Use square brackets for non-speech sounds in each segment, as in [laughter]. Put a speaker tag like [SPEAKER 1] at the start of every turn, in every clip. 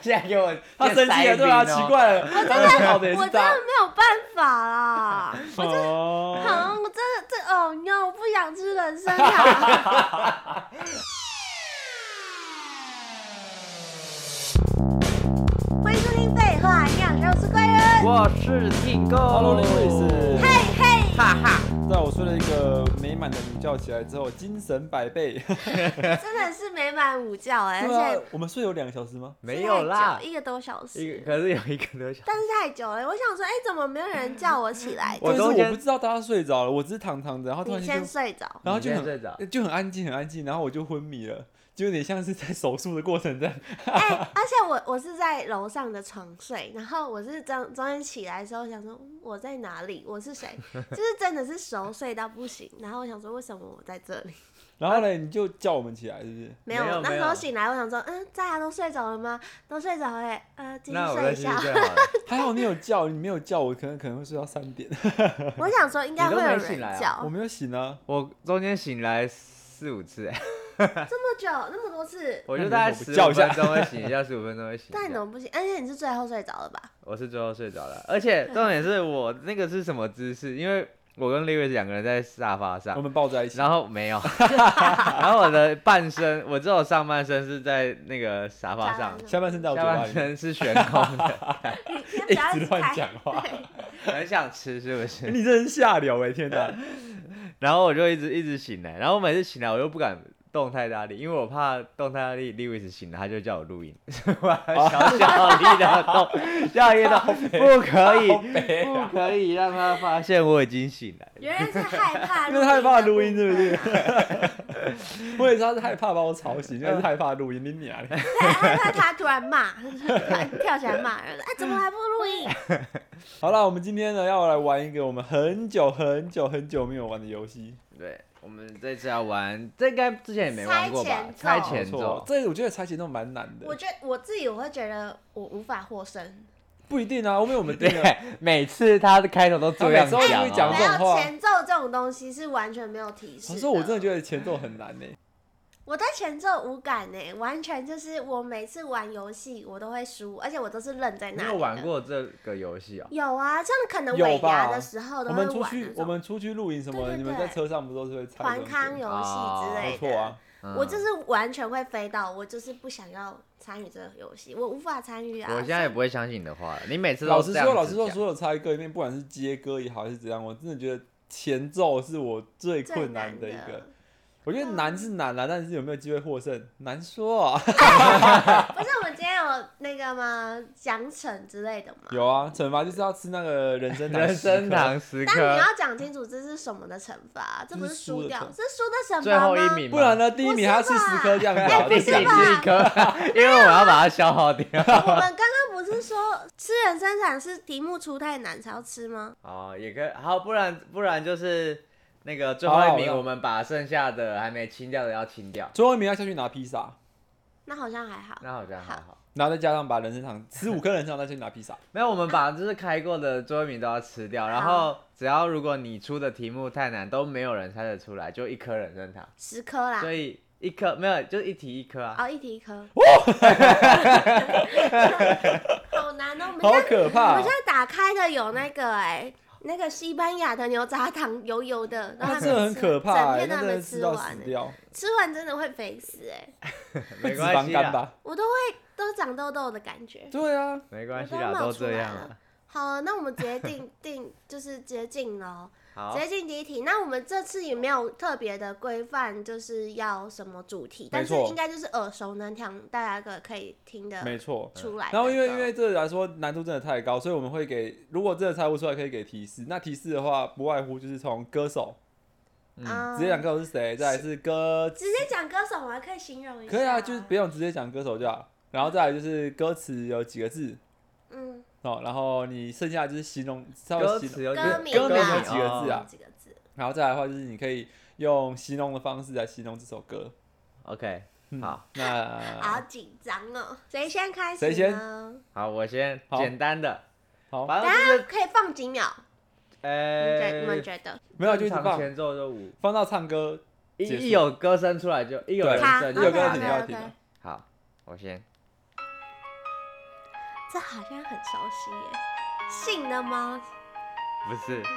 [SPEAKER 1] 现在给我
[SPEAKER 2] 他生气了，对啊，奇，怪了，我
[SPEAKER 3] 真 [laughs] 的
[SPEAKER 2] 好的也
[SPEAKER 3] 我
[SPEAKER 2] 是
[SPEAKER 3] 真的
[SPEAKER 2] 他。
[SPEAKER 3] 没有办法啦，
[SPEAKER 2] [laughs] 哦
[SPEAKER 3] 好，我真的这哦 no，我不想吃人参啦。 [laughs] 欢迎收听《废话营养学》，我是贵人。
[SPEAKER 1] 我是订购
[SPEAKER 2] Hello，Lewis
[SPEAKER 3] 嘿嘿，
[SPEAKER 1] 哈哈，
[SPEAKER 2] 在我睡了一个美满的午觉起来之后，精神百倍。 [laughs]
[SPEAKER 3] 真的是美满午觉哎，而
[SPEAKER 2] 对啊
[SPEAKER 3] 且，
[SPEAKER 2] 我们睡有两个小时吗？
[SPEAKER 1] 没有啦
[SPEAKER 3] 太久，一个多小
[SPEAKER 1] 一个
[SPEAKER 3] 时，
[SPEAKER 1] 可是有一个多小时，
[SPEAKER 3] 但是太久了。我想说，哎，怎么没有人叫我起来？
[SPEAKER 1] 我
[SPEAKER 2] 但是
[SPEAKER 1] 都
[SPEAKER 2] 我
[SPEAKER 1] 先
[SPEAKER 2] 不知道大家睡着了，我只是躺躺着，然后突然
[SPEAKER 3] 你
[SPEAKER 2] 间
[SPEAKER 3] 先
[SPEAKER 2] 就，
[SPEAKER 3] 睡着。
[SPEAKER 2] 然后就
[SPEAKER 1] 你先
[SPEAKER 2] 很
[SPEAKER 1] 睡着，
[SPEAKER 2] 就很安静，很安静，然后我就昏迷了，就有点像是在手术的过程在。
[SPEAKER 3] 哎、而且我我是在楼上的床睡，然后我是中中间起来的时候想说嗯我在哪里，我是谁，就是真的是熟睡到不行。然后我想说为什么我在这里？
[SPEAKER 2] 然后呢，你就叫我们起来，是不是？
[SPEAKER 3] 没有，
[SPEAKER 1] 没有
[SPEAKER 3] 那
[SPEAKER 1] 没
[SPEAKER 3] 时
[SPEAKER 1] 有
[SPEAKER 3] 候醒来我想说，嗯，大家都睡着了吗？都睡着哎、呃，继续
[SPEAKER 1] 那我
[SPEAKER 3] 睡
[SPEAKER 1] 再
[SPEAKER 3] 一
[SPEAKER 1] 继续
[SPEAKER 3] 下。
[SPEAKER 1] 睡好 [laughs] 了。
[SPEAKER 2] 还好你有叫，你没有叫我，可能可能会睡到三
[SPEAKER 3] [laughs]
[SPEAKER 2] 点。
[SPEAKER 3] [laughs] 我想说应该
[SPEAKER 1] 你
[SPEAKER 3] 会
[SPEAKER 1] 都
[SPEAKER 3] 有
[SPEAKER 1] 没
[SPEAKER 3] 人
[SPEAKER 1] 醒来啊
[SPEAKER 3] 叫，
[SPEAKER 2] 我没有醒啊，
[SPEAKER 1] 我中间醒来四五
[SPEAKER 2] [laughs]
[SPEAKER 1] 次，哎，
[SPEAKER 3] 这么久那么多次，
[SPEAKER 1] 我就大概
[SPEAKER 2] 那你为
[SPEAKER 1] 十
[SPEAKER 2] 什么
[SPEAKER 1] 五
[SPEAKER 2] 不叫一
[SPEAKER 1] 分
[SPEAKER 2] 下
[SPEAKER 1] 钟会醒一下，十五分钟会醒一下。
[SPEAKER 3] 但你怎么不行？而且你是最后睡着了吧？
[SPEAKER 1] 我是最后睡着了，而且重点是我那个是什么姿势？因为我跟 Lewis 两个人在沙发
[SPEAKER 2] 我 [laughs]
[SPEAKER 1] 上，
[SPEAKER 2] 们抱在一起。
[SPEAKER 1] 然后没有， [laughs] 然后我的半身，我只有上半身是在那个沙发上，
[SPEAKER 2] 下半身在我
[SPEAKER 1] 下
[SPEAKER 2] 嘴巴
[SPEAKER 1] 半
[SPEAKER 2] 里面，
[SPEAKER 1] 身是悬空的。
[SPEAKER 3] 你先不
[SPEAKER 2] [laughs]
[SPEAKER 3] 要
[SPEAKER 2] 一直
[SPEAKER 3] 开
[SPEAKER 2] 乱讲
[SPEAKER 3] [laughs]
[SPEAKER 2] 话。
[SPEAKER 1] 很想吃是不
[SPEAKER 2] 欸
[SPEAKER 1] 是？
[SPEAKER 2] 你这人下流哎、天哪！
[SPEAKER 1] [laughs] 然后我就一直一直醒来，然后我每次醒来我又不敢动太大力，因为我怕动太大力，Lewis 醒了他就叫我录音， [laughs] 所以我要小小力的动，小
[SPEAKER 2] [laughs]
[SPEAKER 1] 力的不可以，
[SPEAKER 2] 啊
[SPEAKER 1] 不可以让他发现我已经醒来。
[SPEAKER 3] 原来是害怕，
[SPEAKER 2] 因为害怕录音
[SPEAKER 3] 是
[SPEAKER 2] 是不 [laughs] 我也知道是害怕把我吵醒，因为是害怕录音，你娘
[SPEAKER 1] [laughs]
[SPEAKER 2] 嘞！
[SPEAKER 3] [laughs] 对，害怕他突然骂， [laughs] 跳起来骂人，哎，怎么还不录音？
[SPEAKER 2] 好了，我们今天呢要来玩一个我们很久很久很久没有玩的游戏。
[SPEAKER 1] 对，我们这次要玩，这应该之前也没玩过吧？猜
[SPEAKER 3] 猜前
[SPEAKER 1] 前
[SPEAKER 2] 没错
[SPEAKER 1] 奏，，
[SPEAKER 2] 这我觉得猜拳都蛮难
[SPEAKER 3] 我
[SPEAKER 2] 的，
[SPEAKER 3] 觉得我自己我会觉得我无法获胜，
[SPEAKER 2] 不一定啊，因为我们定了
[SPEAKER 1] 对，每次他的开头都这样
[SPEAKER 2] 他每次都会
[SPEAKER 1] 讲哦
[SPEAKER 2] 讲
[SPEAKER 3] 没
[SPEAKER 2] 这种
[SPEAKER 3] 有
[SPEAKER 2] 话
[SPEAKER 3] 前奏这种东西是完全没有提示。
[SPEAKER 2] 可是我真的觉得前奏很难呢、
[SPEAKER 3] 我对前奏无感呢、完全就是我每次玩游戏我都会输，而且我都是愣在那
[SPEAKER 1] 你
[SPEAKER 3] 里。
[SPEAKER 1] 有玩？过这个游戏哦？
[SPEAKER 3] 有啊，像可能
[SPEAKER 2] 有
[SPEAKER 3] 尾牙
[SPEAKER 2] 吧
[SPEAKER 3] 的时候
[SPEAKER 2] 我
[SPEAKER 3] 都会
[SPEAKER 2] 们出
[SPEAKER 3] 玩
[SPEAKER 2] 去，
[SPEAKER 3] 那
[SPEAKER 2] 我
[SPEAKER 3] 种
[SPEAKER 2] 们出去露营什么的，
[SPEAKER 3] 对对
[SPEAKER 2] 你们在车上不都是会猜
[SPEAKER 3] 环
[SPEAKER 2] 这种
[SPEAKER 3] 康
[SPEAKER 2] 东西？
[SPEAKER 3] 游戏之
[SPEAKER 1] 啊
[SPEAKER 3] 类
[SPEAKER 2] 没
[SPEAKER 3] 的。
[SPEAKER 2] 错啊，
[SPEAKER 1] 嗯
[SPEAKER 3] 我就是完全会飞到，我就是不想要参与这个游戏，我无法参与啊。
[SPEAKER 1] 我现在也不会相信你的话了，你每次都
[SPEAKER 2] 老实
[SPEAKER 1] 这样
[SPEAKER 2] 说，
[SPEAKER 1] 子
[SPEAKER 2] 老实说，
[SPEAKER 1] 讲
[SPEAKER 2] 所有猜歌里面，不管是接歌也好，还是怎样，我真的觉得前奏是我最
[SPEAKER 3] 最
[SPEAKER 2] 困难
[SPEAKER 3] 的
[SPEAKER 2] 的一个。。我觉得难是难啦、但是有没有机会获胜难说啊。
[SPEAKER 3] 不是我们今天有那个吗？奖惩之类的吗？
[SPEAKER 2] 有啊，惩罚就是要吃那个人参
[SPEAKER 1] 人生
[SPEAKER 2] 糖
[SPEAKER 1] 堂时
[SPEAKER 3] 但你
[SPEAKER 1] 刻
[SPEAKER 3] 要讲清楚这是什么的惩罚，这不是输掉，
[SPEAKER 2] 这
[SPEAKER 3] 这是输的惩
[SPEAKER 1] 最
[SPEAKER 3] 罚
[SPEAKER 1] 后一
[SPEAKER 3] 吗？哎
[SPEAKER 1] 名吗，
[SPEAKER 2] 不然呢？第一名还要吃十颗这样子啊，
[SPEAKER 3] 不
[SPEAKER 1] 第
[SPEAKER 3] 是
[SPEAKER 1] 四
[SPEAKER 2] 这样
[SPEAKER 3] 吧
[SPEAKER 1] 一颗，
[SPEAKER 3] [laughs]
[SPEAKER 1] 因为我要把它消耗掉。 [laughs]
[SPEAKER 3] 我们刚刚不是说吃人生产是题目出太难才要吃吗？
[SPEAKER 1] 哦，也可以，好，不然不然就是那个最
[SPEAKER 2] 好
[SPEAKER 1] 后
[SPEAKER 2] 啊
[SPEAKER 1] 一
[SPEAKER 2] 我
[SPEAKER 1] 名，
[SPEAKER 2] 要
[SPEAKER 1] 我们把剩下的还没清掉的要清掉，
[SPEAKER 2] 最后一名要下去拿披萨，
[SPEAKER 3] 那好像还好。
[SPEAKER 1] 那好像还
[SPEAKER 3] 好
[SPEAKER 1] 好。
[SPEAKER 2] 然后再加上把人参糖十五颗人参糖再去拿披萨。
[SPEAKER 1] 没有，我们把就是开过的最后一名都要吃掉，然后只要如果你出的题目太难，都没有人猜得出来，就一颗人参糖，
[SPEAKER 3] 十颗啦
[SPEAKER 1] 所，以一颗没有，就一题一颗啊。
[SPEAKER 3] 哦，一题一颗。好难哦，我们
[SPEAKER 2] 好
[SPEAKER 3] 现在
[SPEAKER 2] 可
[SPEAKER 3] 我
[SPEAKER 2] 怕、
[SPEAKER 3] 们现在打开的有那个哎。那个西班牙的牛轧糖油油的，然后
[SPEAKER 2] 啊那
[SPEAKER 3] 还
[SPEAKER 2] 真的
[SPEAKER 3] 没
[SPEAKER 2] 很
[SPEAKER 3] 吃
[SPEAKER 2] 可怕、
[SPEAKER 3] 整
[SPEAKER 2] 欸，
[SPEAKER 3] 片都
[SPEAKER 2] 那
[SPEAKER 3] 还
[SPEAKER 2] 真
[SPEAKER 3] 没
[SPEAKER 2] 的
[SPEAKER 3] 吃
[SPEAKER 2] 吃到
[SPEAKER 3] 完
[SPEAKER 2] 死
[SPEAKER 3] 欸，
[SPEAKER 2] 掉，
[SPEAKER 3] 吃完真的会肥死哎、
[SPEAKER 2] 会
[SPEAKER 1] [laughs] 没
[SPEAKER 2] 脂
[SPEAKER 1] 关
[SPEAKER 2] 肪
[SPEAKER 1] 系啊
[SPEAKER 2] 肝
[SPEAKER 1] 啦，
[SPEAKER 2] 吧？
[SPEAKER 3] 我都会都长痘痘的感觉。
[SPEAKER 2] 对啊，
[SPEAKER 1] 没关系
[SPEAKER 3] 我
[SPEAKER 1] 啦，
[SPEAKER 3] 都冒
[SPEAKER 1] 都
[SPEAKER 3] 出来
[SPEAKER 1] 这样
[SPEAKER 3] 了
[SPEAKER 1] 了。
[SPEAKER 3] 好啊，那我们直接定 [laughs] 定就是直接进喽，
[SPEAKER 1] 好
[SPEAKER 3] 直，接进第一题。那我们这次也没有特别的规范，就是要什么主题，但是
[SPEAKER 2] 没错
[SPEAKER 3] 应该就是耳熟能详，大家可可以听得
[SPEAKER 2] 没错。
[SPEAKER 3] 出哎来的歌。
[SPEAKER 2] 然后因为因为这个来说难度真的太高，所以我们会给，如果真的猜不出来，可以给提示。那提示的话，不外乎就是从歌手，
[SPEAKER 1] 嗯，
[SPEAKER 2] 直接讲歌手是谁，再来是歌
[SPEAKER 3] 直接讲歌手，我还可以形容一下。
[SPEAKER 2] 可以啊，就是不用直接讲歌手就好。然后再来就是歌词有几个字
[SPEAKER 3] 嗯，
[SPEAKER 2] 哦，然后你剩下就是形容，稍微
[SPEAKER 1] 歌哦
[SPEAKER 2] 形容，
[SPEAKER 1] 词有
[SPEAKER 3] 歌名
[SPEAKER 2] 歌名
[SPEAKER 3] 啊
[SPEAKER 2] 有几个字啊
[SPEAKER 3] 几个字。
[SPEAKER 2] 然后再来的话就是你可以用形容的方式来形容这首歌。
[SPEAKER 1] ？OK，
[SPEAKER 2] 嗯
[SPEAKER 1] 好，
[SPEAKER 3] 好
[SPEAKER 2] 那
[SPEAKER 3] 紧张哦，谁先开
[SPEAKER 2] 啊
[SPEAKER 3] 始？
[SPEAKER 2] 谁先？啊
[SPEAKER 1] 好，我先
[SPEAKER 2] 好
[SPEAKER 1] 简单的，
[SPEAKER 2] 好，
[SPEAKER 1] 反正
[SPEAKER 3] 大
[SPEAKER 1] 就
[SPEAKER 3] 家
[SPEAKER 1] 是
[SPEAKER 3] 可以放几秒？你觉你
[SPEAKER 1] 呃
[SPEAKER 2] 哎
[SPEAKER 3] 们，觉得？
[SPEAKER 2] 没有就一直
[SPEAKER 1] 正常
[SPEAKER 2] 放
[SPEAKER 1] 前奏就五，
[SPEAKER 2] 放到唱歌，
[SPEAKER 1] 一
[SPEAKER 2] 结束
[SPEAKER 1] 一有歌声出来就一有
[SPEAKER 2] 对
[SPEAKER 1] 人
[SPEAKER 3] 好
[SPEAKER 1] 声
[SPEAKER 2] 一有
[SPEAKER 1] 就
[SPEAKER 2] 歌啊
[SPEAKER 1] 好
[SPEAKER 2] 声
[SPEAKER 3] ，OK，OK，OK
[SPEAKER 2] 要停了。
[SPEAKER 1] 好，我先。
[SPEAKER 3] 这好像很熟悉耶，信的吗？
[SPEAKER 1] 不是， [laughs]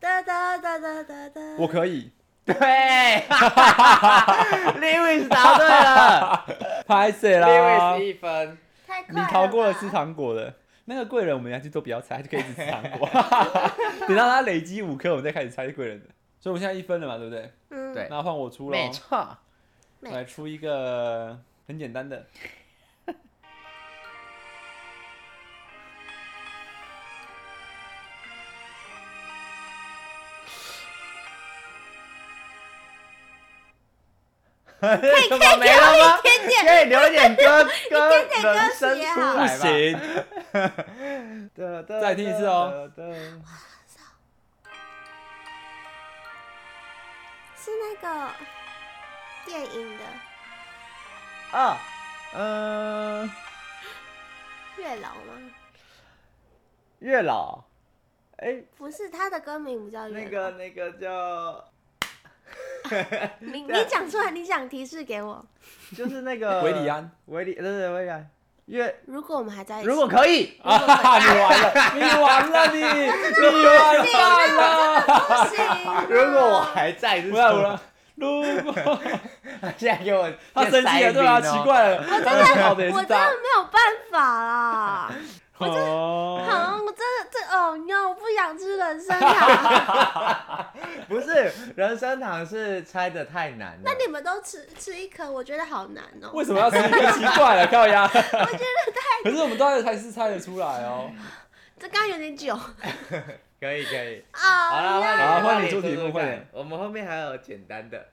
[SPEAKER 3] 哒哒哒哒哒哒。
[SPEAKER 2] 我可以
[SPEAKER 1] 对，Lewis 答对
[SPEAKER 2] [laughs]
[SPEAKER 1] 了
[SPEAKER 2] 拍谁啦
[SPEAKER 1] ，Lewis？一分。
[SPEAKER 3] 太快
[SPEAKER 2] 你逃过了
[SPEAKER 3] 吧
[SPEAKER 2] 吃糖果的那个贵人，我们下去做不要猜，他就可以一直吃糖果。 [laughs] 等到他累积五颗，我们再开始猜贵人的。所以我们现在一分了嘛，对不对？
[SPEAKER 3] 嗯，
[SPEAKER 1] 对
[SPEAKER 2] 那换我出了，
[SPEAKER 1] 没错，
[SPEAKER 3] 没
[SPEAKER 2] 来出一个很简单的。
[SPEAKER 1] 怎么没了吗？
[SPEAKER 3] 天天
[SPEAKER 1] 可以留点歌歌
[SPEAKER 3] 点歌
[SPEAKER 1] 人声
[SPEAKER 3] 词也
[SPEAKER 1] 出
[SPEAKER 3] 好
[SPEAKER 2] 不
[SPEAKER 1] 来吧。
[SPEAKER 2] 行，
[SPEAKER 1] 再
[SPEAKER 2] 再听一次哦。
[SPEAKER 3] 是那个电影的
[SPEAKER 1] 啊，嗯，
[SPEAKER 3] 月老吗？
[SPEAKER 1] 月老，哎，
[SPEAKER 3] 不是，他的歌名不叫哦月老。
[SPEAKER 1] 那个那个
[SPEAKER 3] [laughs]
[SPEAKER 1] 叫，
[SPEAKER 3] 你你
[SPEAKER 1] 对啊
[SPEAKER 3] 讲出来，你想提示给我。
[SPEAKER 1] 就是那个
[SPEAKER 2] 维里，安
[SPEAKER 1] 维里，对对维里安，月，
[SPEAKER 3] 如果我们还在一起，
[SPEAKER 1] 如
[SPEAKER 3] [laughs]
[SPEAKER 1] 果可以，
[SPEAKER 2] 啊！你完了，你完了，你你完蛋了！
[SPEAKER 3] 不行，
[SPEAKER 1] 如果我还在，是
[SPEAKER 2] 不要
[SPEAKER 1] 什么
[SPEAKER 2] 了，如果
[SPEAKER 1] 现在给我
[SPEAKER 2] 他生气了，对啊，奇，怪了，他们好的也
[SPEAKER 3] 我
[SPEAKER 2] 是
[SPEAKER 3] 真的
[SPEAKER 2] 他。
[SPEAKER 3] 没有办法啦。
[SPEAKER 2] 哦，
[SPEAKER 3] 好，我真的这哦 no，我不想吃人啊参糖。
[SPEAKER 1] 塞冰哦不是人参糖是猜的太难了。
[SPEAKER 3] 那你们都吃吃一颗，我觉得好难哦。
[SPEAKER 2] 为什么要吃一个奇怪了？靠呀！我觉得太……可是我们大家还是猜得出来哦。
[SPEAKER 3] 这刚刚有点久
[SPEAKER 1] 可以可以，
[SPEAKER 3] 啊。
[SPEAKER 1] 好了
[SPEAKER 3] no
[SPEAKER 1] 换你，
[SPEAKER 2] 好换
[SPEAKER 1] 你
[SPEAKER 2] 你出题目
[SPEAKER 1] 看
[SPEAKER 2] 快点
[SPEAKER 1] 我们后面还有简单
[SPEAKER 2] [laughs]
[SPEAKER 1] 的，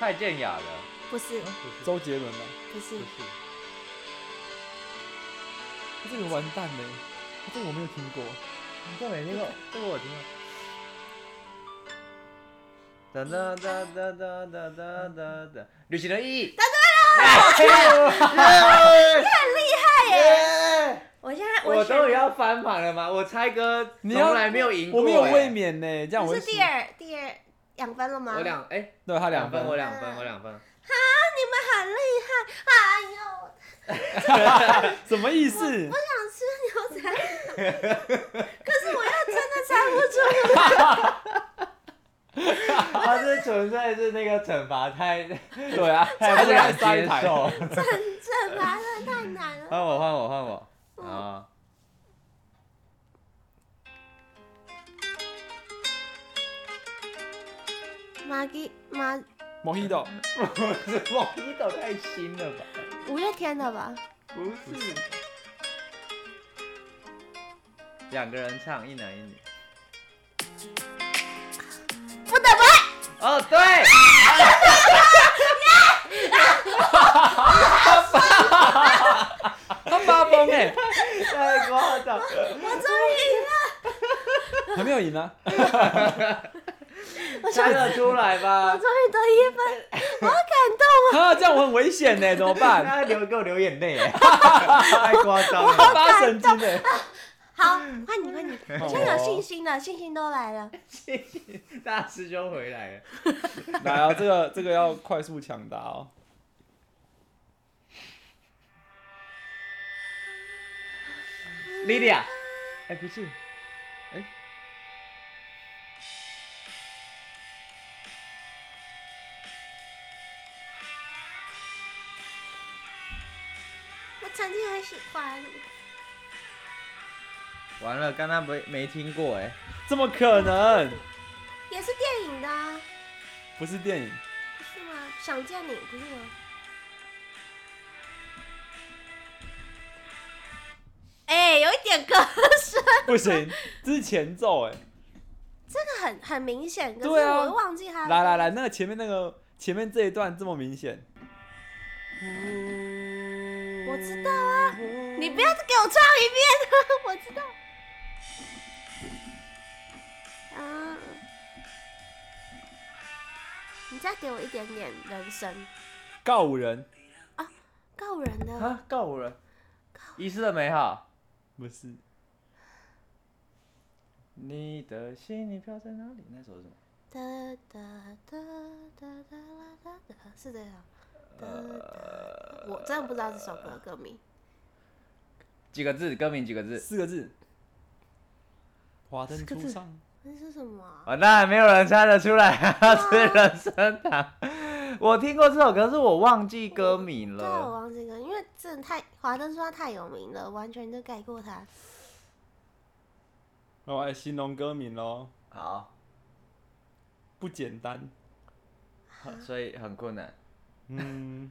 [SPEAKER 1] 蔡健雅的，
[SPEAKER 3] 不是
[SPEAKER 2] 周杰伦啊，
[SPEAKER 3] 不是
[SPEAKER 1] 不，是
[SPEAKER 2] 这个完蛋嘞，这个我没有听过。
[SPEAKER 1] 这没听过，这个我听过。哒哒哒哒哒哒哒哒哒，旅行的意义。答对了！你很厉害耶！
[SPEAKER 3] 我现在
[SPEAKER 1] 我
[SPEAKER 3] 选
[SPEAKER 1] 终于要翻盘了吗？我猜歌
[SPEAKER 2] 你要
[SPEAKER 1] 从来没有赢过
[SPEAKER 2] 我
[SPEAKER 1] 耶，
[SPEAKER 2] 没有卫冕呢，这样
[SPEAKER 3] 哎你
[SPEAKER 2] 我
[SPEAKER 3] 是第，二第二两分了吗？
[SPEAKER 1] 我
[SPEAKER 3] [laughs]
[SPEAKER 1] 两哎，
[SPEAKER 2] 对他两
[SPEAKER 1] 分，我
[SPEAKER 2] 分，
[SPEAKER 1] 两分，我两分。
[SPEAKER 3] 你们很厉害，哎呦，我
[SPEAKER 2] 什么意思？
[SPEAKER 3] 想吃牛仔 [laughs] 裤，可是我要真的猜不出来。
[SPEAKER 1] 哎他是纯粹是那个惩罚太
[SPEAKER 2] 对啊，
[SPEAKER 1] 太
[SPEAKER 2] 而
[SPEAKER 1] 不
[SPEAKER 2] 且还
[SPEAKER 1] 敢
[SPEAKER 2] 塞
[SPEAKER 1] 接
[SPEAKER 2] 台，
[SPEAKER 1] 受。
[SPEAKER 3] 很正吧？这太难
[SPEAKER 1] [laughs]
[SPEAKER 3] 了。
[SPEAKER 1] 换我，换我，换我 [laughs] 啊！
[SPEAKER 3] 马吉马
[SPEAKER 2] 莫希豆，
[SPEAKER 1] 哇，你抖太新了吧？
[SPEAKER 3] 五月天的吧？
[SPEAKER 1] 不是，两个人唱，一男一女。
[SPEAKER 3] 不得不爱。
[SPEAKER 1] 哦，对，
[SPEAKER 2] 他发疯哎，
[SPEAKER 1] 太夸张了。
[SPEAKER 2] 还没有赢啊！
[SPEAKER 3] 我想
[SPEAKER 1] 猜得出来
[SPEAKER 3] [laughs] 我
[SPEAKER 1] 吧？
[SPEAKER 3] 终于得一分，我好感动
[SPEAKER 2] 啊，这样我很危险呢，怎么办？
[SPEAKER 1] 他流给我流眼泪耶，哎太夸张了。
[SPEAKER 2] 发神经呢？
[SPEAKER 3] 啊！好，换你换你，我现在有信心了，信心都来了。
[SPEAKER 1] 大师兄回来了，
[SPEAKER 2] [laughs] 来啊，这个这个要快速抢答哦。
[SPEAKER 1] 莉莉亚，哎，不是，哎，
[SPEAKER 3] 我曾经很喜欢，
[SPEAKER 1] 完了，刚刚没没听过哎，
[SPEAKER 2] 怎么可能？
[SPEAKER 3] 也是电影的、啊，
[SPEAKER 2] 不是电影，
[SPEAKER 3] 不是吗？想见你，不是吗？哎、有一点歌声，
[SPEAKER 2] 不行，这是前奏哎。
[SPEAKER 3] 这个很很明显，可是
[SPEAKER 2] 对啊
[SPEAKER 3] 我忘记他。
[SPEAKER 2] 来来，来，那个前面那个前面这一段这么明显，
[SPEAKER 3] 我知道啊，你不要再给我唱一遍， [laughs] 我知道。啊，你再给我一点点人生，
[SPEAKER 2] 告人
[SPEAKER 3] 告人的
[SPEAKER 1] 啊，告我了，遗失的美好，
[SPEAKER 2] 不是
[SPEAKER 1] 你的心你飘在哪里？那首是什么？
[SPEAKER 3] 哒哒哒哒哒啦哒 [laughs] 哒，是这样。哒哒，我真的不知道这首歌的歌名。
[SPEAKER 2] 呃
[SPEAKER 1] 几个字？歌名几个字？
[SPEAKER 2] 四个字，华灯
[SPEAKER 1] 个
[SPEAKER 2] 初
[SPEAKER 1] 字
[SPEAKER 2] 上，
[SPEAKER 3] 那是什么啊？
[SPEAKER 1] 啊，那还没有人猜得出来 [laughs] 啊，是人参堂。我听过这首歌，可是我忘记歌名
[SPEAKER 3] 对啊，我
[SPEAKER 1] 了。
[SPEAKER 3] 忘记歌，因为真的太《华灯初上》太有名了，完全就盖过它。
[SPEAKER 2] 那我来哦哎形容歌名喽，
[SPEAKER 1] 好，
[SPEAKER 2] 不简单，
[SPEAKER 1] 所以很困难。
[SPEAKER 2] 嗯，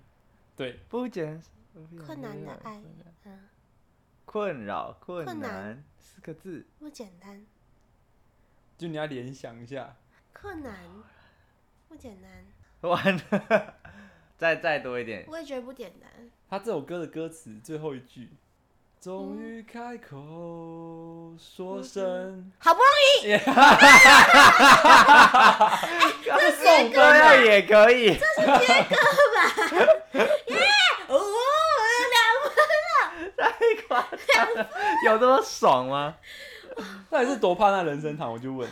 [SPEAKER 2] 对，
[SPEAKER 1] 不简
[SPEAKER 3] 困难的爱，嗯，
[SPEAKER 1] 困扰、哎困
[SPEAKER 3] 困
[SPEAKER 1] 难
[SPEAKER 3] 难
[SPEAKER 1] 四个字，
[SPEAKER 3] 不简单，
[SPEAKER 2] 就你要联想一下，
[SPEAKER 3] 困难不简单，
[SPEAKER 1] 完了， [laughs] 再再多一点。
[SPEAKER 3] 我也觉得不简单。
[SPEAKER 2] 他这首歌的歌词最后一句，终于开口说声，
[SPEAKER 3] 好不容易
[SPEAKER 2] [laughs]
[SPEAKER 1] 这首歌
[SPEAKER 2] 啊
[SPEAKER 1] 要也可以， [laughs]
[SPEAKER 3] 哦，两分
[SPEAKER 1] 太夸张了，有这么爽吗？嗯
[SPEAKER 2] 到底是多怕那人参糖？我就问，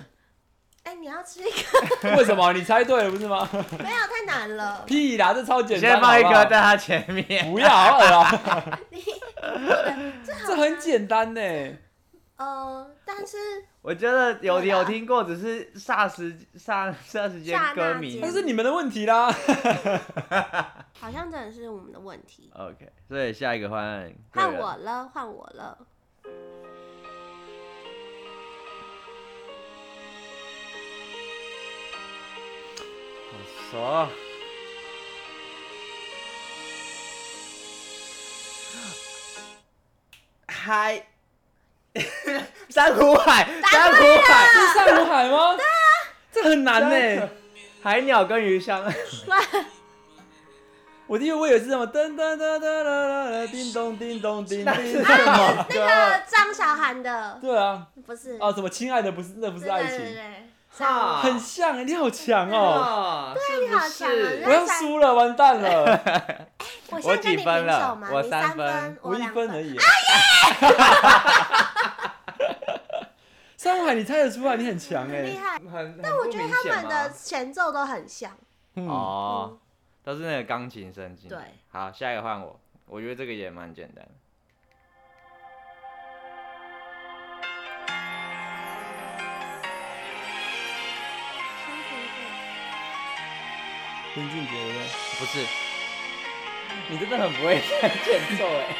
[SPEAKER 3] 哎、你要吃一个？
[SPEAKER 2] [laughs] 为什么？你猜对了不是吗？ [laughs]
[SPEAKER 3] 没有，太难了。
[SPEAKER 2] 屁啦，这超简单，
[SPEAKER 1] 先放一
[SPEAKER 2] 好不好
[SPEAKER 1] 颗在他前面。
[SPEAKER 2] 不要好恶啊，
[SPEAKER 3] 你
[SPEAKER 2] [laughs]
[SPEAKER 3] 哦
[SPEAKER 2] 这很简单呢。
[SPEAKER 3] 呃，但是
[SPEAKER 1] 我觉得有
[SPEAKER 3] 对啊
[SPEAKER 1] 有听过，只是霎时霎霎时间
[SPEAKER 3] 刹那
[SPEAKER 1] 歌名
[SPEAKER 3] 间
[SPEAKER 2] 那。是你们的问题啦。
[SPEAKER 1] [laughs]
[SPEAKER 3] 好像真的是我们的问题。
[SPEAKER 1] OK，所以下一个换贵
[SPEAKER 3] 换
[SPEAKER 1] 人
[SPEAKER 3] 我了，换我了。
[SPEAKER 1] 好熟。海， [laughs] 珊瑚海，珊
[SPEAKER 3] 啊
[SPEAKER 1] 瑚海，
[SPEAKER 2] 是上如海吗？这很难呢、
[SPEAKER 1] 海鸟跟鱼
[SPEAKER 3] [laughs]
[SPEAKER 1] 香，
[SPEAKER 2] [laughs]
[SPEAKER 3] 哎
[SPEAKER 2] 我第一我以为是什么噔噔噔噔噔噔噔，叮咚叮咚
[SPEAKER 1] [laughs]
[SPEAKER 2] 叮
[SPEAKER 1] 那是
[SPEAKER 2] 叮。
[SPEAKER 1] 什么
[SPEAKER 3] 那个张韶涵的
[SPEAKER 2] [laughs] 对啊，
[SPEAKER 3] 不是
[SPEAKER 1] 哦
[SPEAKER 2] 啊，什么亲爱的不是那不是爱
[SPEAKER 3] 对对对
[SPEAKER 2] 情，
[SPEAKER 3] 对
[SPEAKER 1] 哈
[SPEAKER 2] 很像、欸，你好强哦、
[SPEAKER 1] 哦，
[SPEAKER 3] 对你好
[SPEAKER 1] 是
[SPEAKER 3] 强啊
[SPEAKER 1] 不
[SPEAKER 3] 你
[SPEAKER 1] 是
[SPEAKER 2] 我要输了，完蛋了，
[SPEAKER 3] 我现在跟
[SPEAKER 1] 几
[SPEAKER 3] 你平
[SPEAKER 1] 分了
[SPEAKER 3] 手嘛，
[SPEAKER 1] 我
[SPEAKER 3] 你
[SPEAKER 1] 三
[SPEAKER 3] 三
[SPEAKER 1] 分
[SPEAKER 2] 我一
[SPEAKER 3] 两
[SPEAKER 2] 分
[SPEAKER 3] 分啊
[SPEAKER 2] 而已、
[SPEAKER 3] [laughs]
[SPEAKER 2] 上如海，你猜得出来，你很强
[SPEAKER 1] 欸
[SPEAKER 2] 哎、
[SPEAKER 3] 厉害。
[SPEAKER 1] 很，
[SPEAKER 3] 但我觉得他们的前奏都很像，
[SPEAKER 2] 嗯，
[SPEAKER 1] 哦
[SPEAKER 3] 嗯，
[SPEAKER 1] 都是那个钢琴声进。
[SPEAKER 3] 对，
[SPEAKER 1] 好，下一个换我，我觉得这个也蛮简单的。
[SPEAKER 2] 林俊杰对不对
[SPEAKER 1] 不是，你真的很不会弹间奏
[SPEAKER 2] [laughs]
[SPEAKER 1] 哎。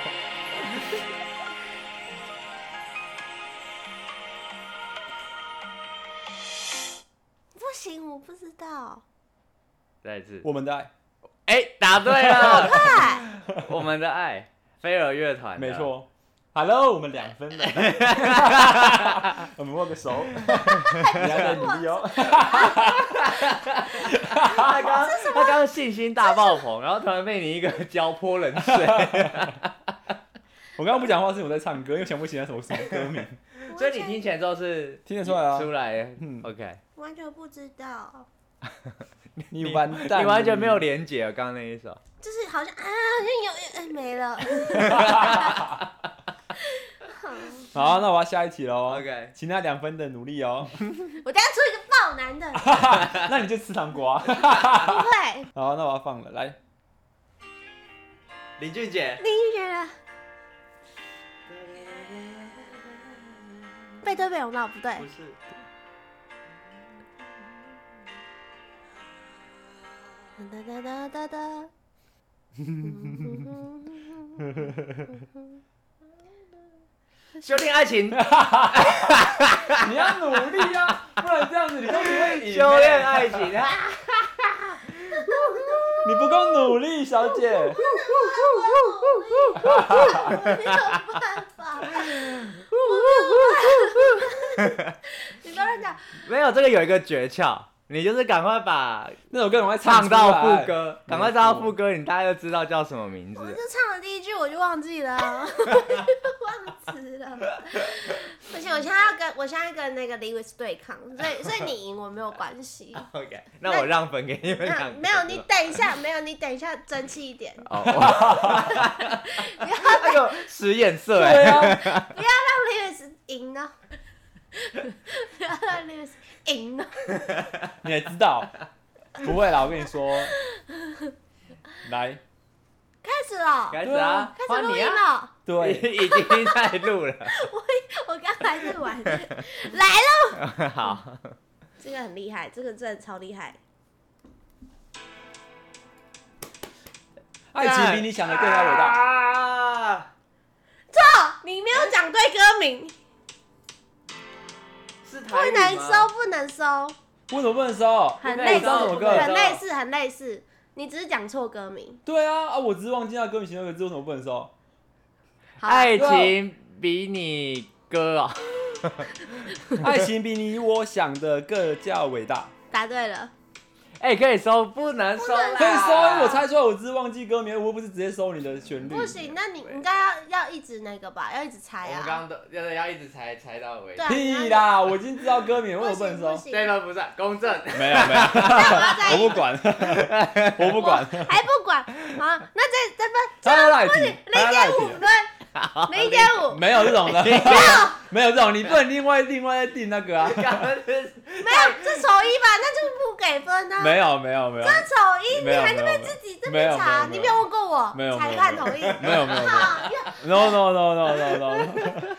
[SPEAKER 3] 不行，我不知道。
[SPEAKER 1] 再一次，
[SPEAKER 2] 我们的爱，
[SPEAKER 1] 哎，答对了， [laughs]
[SPEAKER 3] 快，
[SPEAKER 1] 我们的爱，飞儿乐团，
[SPEAKER 2] 没。错。Hello，我们两分 [laughs] 了，我们握个手，你要再努力哦。
[SPEAKER 1] [laughs] 他刚他刚刚信心大爆棚，然后突然被你一个浇泼冷水，
[SPEAKER 2] 我刚刚不讲话是我在唱歌，又想不起来什么什么歌名。
[SPEAKER 1] [laughs] 所以你听前奏是
[SPEAKER 2] [laughs] 听得出来啊
[SPEAKER 1] 出来
[SPEAKER 2] 嗯
[SPEAKER 1] ，OK，
[SPEAKER 3] 我完全不知道，
[SPEAKER 2] 你完蛋，
[SPEAKER 1] 你完全没有。连结，刚刚那一首。
[SPEAKER 3] 就是好像啊，好像有哎没
[SPEAKER 1] [laughs]
[SPEAKER 3] 了。 [laughs]
[SPEAKER 2] 好，那我要下一题哦喽。
[SPEAKER 1] OK
[SPEAKER 2] 请那两分的努力哦。
[SPEAKER 3] 我等下出一个爆男的，
[SPEAKER 2] [laughs] 那你就吃糖啊瓜。
[SPEAKER 3] 不会，
[SPEAKER 2] 好，那我要放了，来。
[SPEAKER 1] 林俊杰，
[SPEAKER 3] 林俊杰的。背对背拥抱不对，
[SPEAKER 1] 不是，
[SPEAKER 3] 哒哒哒哒哒。
[SPEAKER 1] 修炼爱
[SPEAKER 2] [laughs]
[SPEAKER 1] 情，
[SPEAKER 2] 你要努力啊，不然这样子你都不会 [laughs] 赢。
[SPEAKER 1] 修炼爱情 [laughs] 啊！
[SPEAKER 2] 你不够努力，小姐。
[SPEAKER 3] 没有办法，我没有办法。你不要乱讲，
[SPEAKER 1] 没有这个有一个诀窍，你就是赶快把
[SPEAKER 2] 那首歌赶快
[SPEAKER 1] 唱到
[SPEAKER 2] 出来
[SPEAKER 1] 副，歌，赶快唱到
[SPEAKER 2] 没错
[SPEAKER 1] 副歌，你大概就知道叫什么名字
[SPEAKER 3] 我
[SPEAKER 1] 了
[SPEAKER 3] 就。唱了第一句我就忘记了，忘词了。而且我现在要跟我现在跟那个 Lewis 对抗，所以所以你赢我没有关系。
[SPEAKER 1] OK，那我让分给你们
[SPEAKER 3] 那
[SPEAKER 1] 两个。
[SPEAKER 3] 没有，你等一下，没有你等一下，争气一点，
[SPEAKER 1] 哦，哇那个使眼色哎、
[SPEAKER 2] 对啊，
[SPEAKER 3] 让 Lewis 赢呢，不要让 Lewis 赢呢。
[SPEAKER 2] 你也知道，不会啦，我跟你说，来，
[SPEAKER 3] 开始了，
[SPEAKER 1] 开始啊，
[SPEAKER 3] 开始
[SPEAKER 1] 换
[SPEAKER 3] 录
[SPEAKER 1] 你
[SPEAKER 3] 音
[SPEAKER 1] 啊，
[SPEAKER 3] 了。
[SPEAKER 1] 已
[SPEAKER 2] 对，
[SPEAKER 1] 已经在录了。
[SPEAKER 3] 我刚才是玩来了，
[SPEAKER 1] 好，
[SPEAKER 3] 这个很厉害，这个真的超厉害。
[SPEAKER 2] 爱情比你想的更要伟大。
[SPEAKER 1] 大。
[SPEAKER 3] 错，哦你没有讲对歌名，
[SPEAKER 1] 是
[SPEAKER 3] 不
[SPEAKER 1] 台语吗
[SPEAKER 3] 能搜，不能搜。
[SPEAKER 2] 为什么不能收？
[SPEAKER 3] 很
[SPEAKER 1] 那
[SPEAKER 3] 类
[SPEAKER 1] 你
[SPEAKER 3] 似，
[SPEAKER 2] 知道什么歌
[SPEAKER 3] 很类似，很类似。你只是讲错歌名。
[SPEAKER 2] 对啊，啊，我只是忘记那歌名其中有个字，为什么不能收？
[SPEAKER 3] 好啊，
[SPEAKER 1] 爱情比你歌哦。
[SPEAKER 2] 爱情比你我想的更叫伟大。
[SPEAKER 3] 答对了。
[SPEAKER 1] 哎、可以收，不能收啦，
[SPEAKER 2] 可以收，啊因为我猜出来，我只是忘记歌名，我又不是直接收你的旋律。
[SPEAKER 3] 不行，那你你应该要要一直那个吧，要一直猜
[SPEAKER 1] 我们
[SPEAKER 3] 啊。
[SPEAKER 1] 刚刚都要要一直猜猜到尾
[SPEAKER 3] 对。啊
[SPEAKER 2] 屁啦，我已经知道歌名，为什么不
[SPEAKER 3] 行
[SPEAKER 2] 能
[SPEAKER 3] 不
[SPEAKER 2] 收？
[SPEAKER 3] 行，
[SPEAKER 1] 这个不算公正，
[SPEAKER 2] 没
[SPEAKER 1] [laughs]
[SPEAKER 2] 有没有，
[SPEAKER 3] 那我要再一
[SPEAKER 2] 我不管， [laughs] 我不管。
[SPEAKER 3] 还不管。好，那这这分
[SPEAKER 2] 他要赖题，他
[SPEAKER 3] 零
[SPEAKER 2] 要赖
[SPEAKER 3] 点
[SPEAKER 2] 题
[SPEAKER 3] 五
[SPEAKER 2] 了，
[SPEAKER 3] 分，零点五，
[SPEAKER 2] 没有这种的，
[SPEAKER 3] 没
[SPEAKER 2] 没有这种，你不能另外另外再定那个啊。
[SPEAKER 3] 有，这丑一吧？那就是不给分啊。
[SPEAKER 2] 没有没有没有
[SPEAKER 3] 这丑一，
[SPEAKER 2] 没
[SPEAKER 3] 你
[SPEAKER 2] 有
[SPEAKER 3] 还在那
[SPEAKER 2] 没有
[SPEAKER 3] 边
[SPEAKER 2] 没有
[SPEAKER 3] 自己这
[SPEAKER 2] 没有
[SPEAKER 3] 边
[SPEAKER 2] 没有
[SPEAKER 3] 查，
[SPEAKER 2] 没有
[SPEAKER 3] 你没有问过我
[SPEAKER 2] 没有，没有
[SPEAKER 3] 裁判同意。
[SPEAKER 2] 没有没
[SPEAKER 3] [laughs]
[SPEAKER 2] 有没有
[SPEAKER 3] 啊，要
[SPEAKER 2] ，no no no no no no，no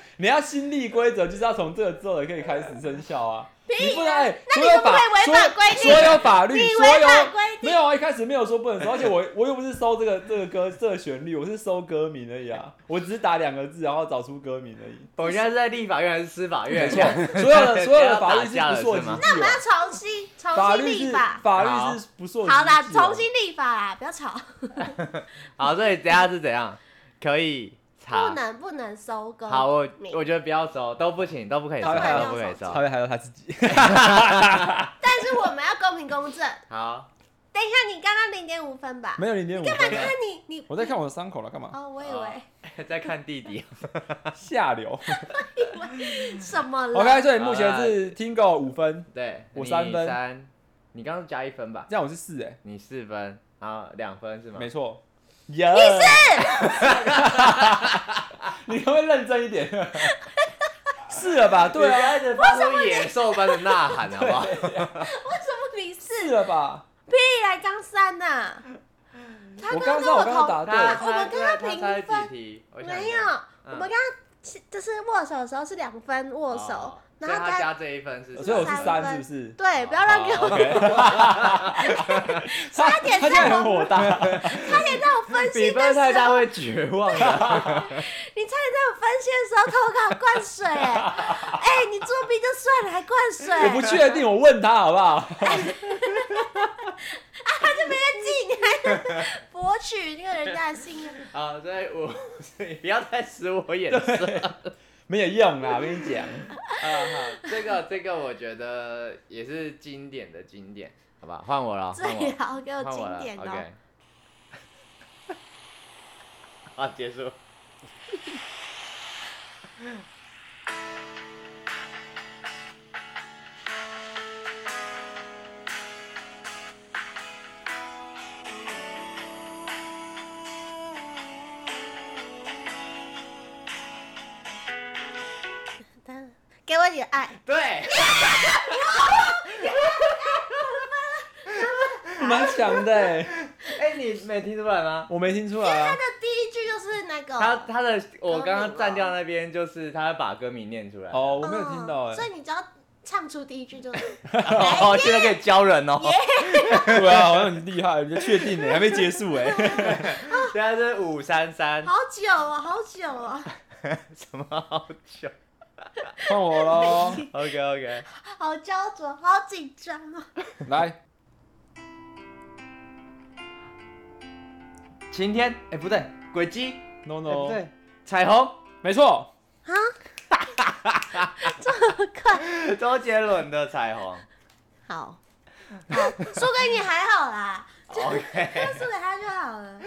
[SPEAKER 2] [laughs] 你要新立规则，就是要从这个之后才可以开始生效啊。你不能，哎
[SPEAKER 3] 那
[SPEAKER 2] 所
[SPEAKER 3] 你
[SPEAKER 2] 有
[SPEAKER 3] 可不
[SPEAKER 2] 法
[SPEAKER 3] 可以违反规
[SPEAKER 2] 所
[SPEAKER 3] 定？
[SPEAKER 2] 有法律，
[SPEAKER 3] 你
[SPEAKER 2] 所
[SPEAKER 3] 违
[SPEAKER 2] 有
[SPEAKER 3] 反规
[SPEAKER 2] 没
[SPEAKER 3] 定
[SPEAKER 2] 有啊，一开始没有说不能收，而且我我又不是收这个这个歌这个旋律，我是收歌名而已啊，我只是打两个字，然后找出歌名而已。
[SPEAKER 1] 我们现在是在立法院还是司法
[SPEAKER 2] 没
[SPEAKER 1] 院？
[SPEAKER 2] 错，
[SPEAKER 1] [laughs]
[SPEAKER 3] [laughs]
[SPEAKER 2] 所有的所有的
[SPEAKER 1] 不要
[SPEAKER 2] 法律
[SPEAKER 1] 打
[SPEAKER 2] 是
[SPEAKER 1] 架
[SPEAKER 2] 不
[SPEAKER 1] 了
[SPEAKER 2] 溯
[SPEAKER 1] 是
[SPEAKER 2] 及
[SPEAKER 1] 吗
[SPEAKER 3] 那我
[SPEAKER 2] 既
[SPEAKER 3] 们要
[SPEAKER 2] 往，
[SPEAKER 3] 重新重
[SPEAKER 2] 法
[SPEAKER 3] 新
[SPEAKER 2] 律
[SPEAKER 3] 立
[SPEAKER 2] 是
[SPEAKER 3] 法。
[SPEAKER 2] 法律是不溯及
[SPEAKER 3] 好啦，
[SPEAKER 2] 既往
[SPEAKER 3] 重新立法啦，不要吵，
[SPEAKER 1] 好，所以等一下是怎样？可以查。
[SPEAKER 3] 不能不能收割。
[SPEAKER 1] 好，我
[SPEAKER 3] 没
[SPEAKER 1] 我觉得不要收，都不行，都不可以收，
[SPEAKER 2] 都不可以
[SPEAKER 1] 都不可以
[SPEAKER 3] 收
[SPEAKER 1] 收
[SPEAKER 2] 他。会还有他自己。 [laughs]
[SPEAKER 3] 但是我们要公平公正。
[SPEAKER 1] 好， [laughs]
[SPEAKER 3] 等一下，你刚刚零点五分吧？
[SPEAKER 2] 没有零点五
[SPEAKER 3] 干嘛看你你？
[SPEAKER 2] 我在看我的伤口了，干嘛？
[SPEAKER 3] 哦，我以为
[SPEAKER 1] 在看弟
[SPEAKER 2] [laughs]
[SPEAKER 1] 弟。
[SPEAKER 2] 下流。
[SPEAKER 3] [laughs] 什么了？
[SPEAKER 2] OK，所以目前是 Tingo 五分，
[SPEAKER 1] 对，
[SPEAKER 2] 我
[SPEAKER 1] 你
[SPEAKER 2] 三分
[SPEAKER 1] 三，你刚刚加一分吧？
[SPEAKER 2] 这样我是四哎，
[SPEAKER 1] 你四分，然后两分是吗？
[SPEAKER 2] 没错。你是，你可不可以认真一点？ [laughs] 是了吧？对啊，
[SPEAKER 1] 啊，一直发出野兽般的呐喊，好
[SPEAKER 2] [laughs]
[SPEAKER 1] 不好？
[SPEAKER 3] 为什么你
[SPEAKER 2] 是
[SPEAKER 3] 是？
[SPEAKER 2] 了吧？
[SPEAKER 3] 你来刚三呐？他
[SPEAKER 2] 我刚
[SPEAKER 3] 刚跟
[SPEAKER 2] 刚我
[SPEAKER 3] 我
[SPEAKER 2] 刚
[SPEAKER 3] 同
[SPEAKER 2] 刚答
[SPEAKER 1] 他
[SPEAKER 2] 对，
[SPEAKER 3] 我们跟他
[SPEAKER 1] 他
[SPEAKER 3] 平
[SPEAKER 1] 猜了
[SPEAKER 3] 分
[SPEAKER 1] 几题？我想一下
[SPEAKER 3] 没有，我
[SPEAKER 1] 嗯
[SPEAKER 3] 们刚刚就是握手的时候是两分握手
[SPEAKER 1] 哦，
[SPEAKER 3] 然
[SPEAKER 1] 所
[SPEAKER 3] 后
[SPEAKER 1] 以他
[SPEAKER 3] 他
[SPEAKER 1] 加这一分是，
[SPEAKER 2] 所以我是
[SPEAKER 3] 三
[SPEAKER 2] 三，是不是？
[SPEAKER 3] 对，不要让给
[SPEAKER 1] 哦
[SPEAKER 3] 我，
[SPEAKER 2] OK，
[SPEAKER 3] 差点
[SPEAKER 2] 他现在
[SPEAKER 3] 让
[SPEAKER 2] 很
[SPEAKER 3] 我
[SPEAKER 2] 火大，
[SPEAKER 3] 差点让我分
[SPEAKER 1] 比
[SPEAKER 3] 析
[SPEAKER 1] 分
[SPEAKER 3] 的
[SPEAKER 1] 太
[SPEAKER 3] 时
[SPEAKER 1] 大
[SPEAKER 3] 候，
[SPEAKER 1] 会绝 [laughs] 望的。
[SPEAKER 3] 你差点在我分析的时候投稿灌水，哎，哎，你作弊就算了，还灌水，
[SPEAKER 2] 我不确定，我问他好不好？
[SPEAKER 3] 你还博取那个人家的信任，
[SPEAKER 1] 啊，所以我你不要再使我眼色。
[SPEAKER 2] 没有用啦，我跟你讲，
[SPEAKER 1] 啊，好这个这个我觉得也是经典的经典，好吧，换我了，换
[SPEAKER 3] 最
[SPEAKER 1] 我，
[SPEAKER 3] 好给我
[SPEAKER 1] 换我
[SPEAKER 3] 经
[SPEAKER 1] 了
[SPEAKER 3] 典哦。
[SPEAKER 1] ，OK。好，结束。
[SPEAKER 3] 给我你的爱，
[SPEAKER 1] 对，
[SPEAKER 2] 蛮强的欸，
[SPEAKER 1] 哎，你没听出来吗？
[SPEAKER 2] 我没听出来啊
[SPEAKER 3] 他的。第一句就是那个
[SPEAKER 1] 他他的我刚
[SPEAKER 3] 歌名
[SPEAKER 1] 刚
[SPEAKER 3] 哦
[SPEAKER 1] 站掉那边，就是他会把歌名念出来。
[SPEAKER 2] 哦，我没有听到
[SPEAKER 3] 嗯所
[SPEAKER 2] 哎。
[SPEAKER 3] 以你只要唱出第一句就是
[SPEAKER 1] [laughs] 哦，现在可以教人哦，
[SPEAKER 2] 对啊，好像很厉害，你就确定呢，还没结束哎。
[SPEAKER 1] 现在是五三三，
[SPEAKER 3] 好久哦，好久哦， [laughs]
[SPEAKER 1] 什么好 [laughs] 久
[SPEAKER 2] [laughs] 换我喽，
[SPEAKER 1] ？OK OK，
[SPEAKER 3] 好焦灼，好紧张哦。
[SPEAKER 2] 来，
[SPEAKER 1] 晴天，哎不对，轨迹，
[SPEAKER 2] no
[SPEAKER 1] 哎不
[SPEAKER 2] no，
[SPEAKER 1] 对，彩虹， [laughs]
[SPEAKER 2] 没错，
[SPEAKER 3] 啊， [laughs] 这么
[SPEAKER 1] [laughs]
[SPEAKER 3] 快？
[SPEAKER 1] 周杰伦的彩虹。
[SPEAKER 3] 好，好，输给你还好啦，
[SPEAKER 1] 哦 OK， [laughs]
[SPEAKER 3] 输给他就好了。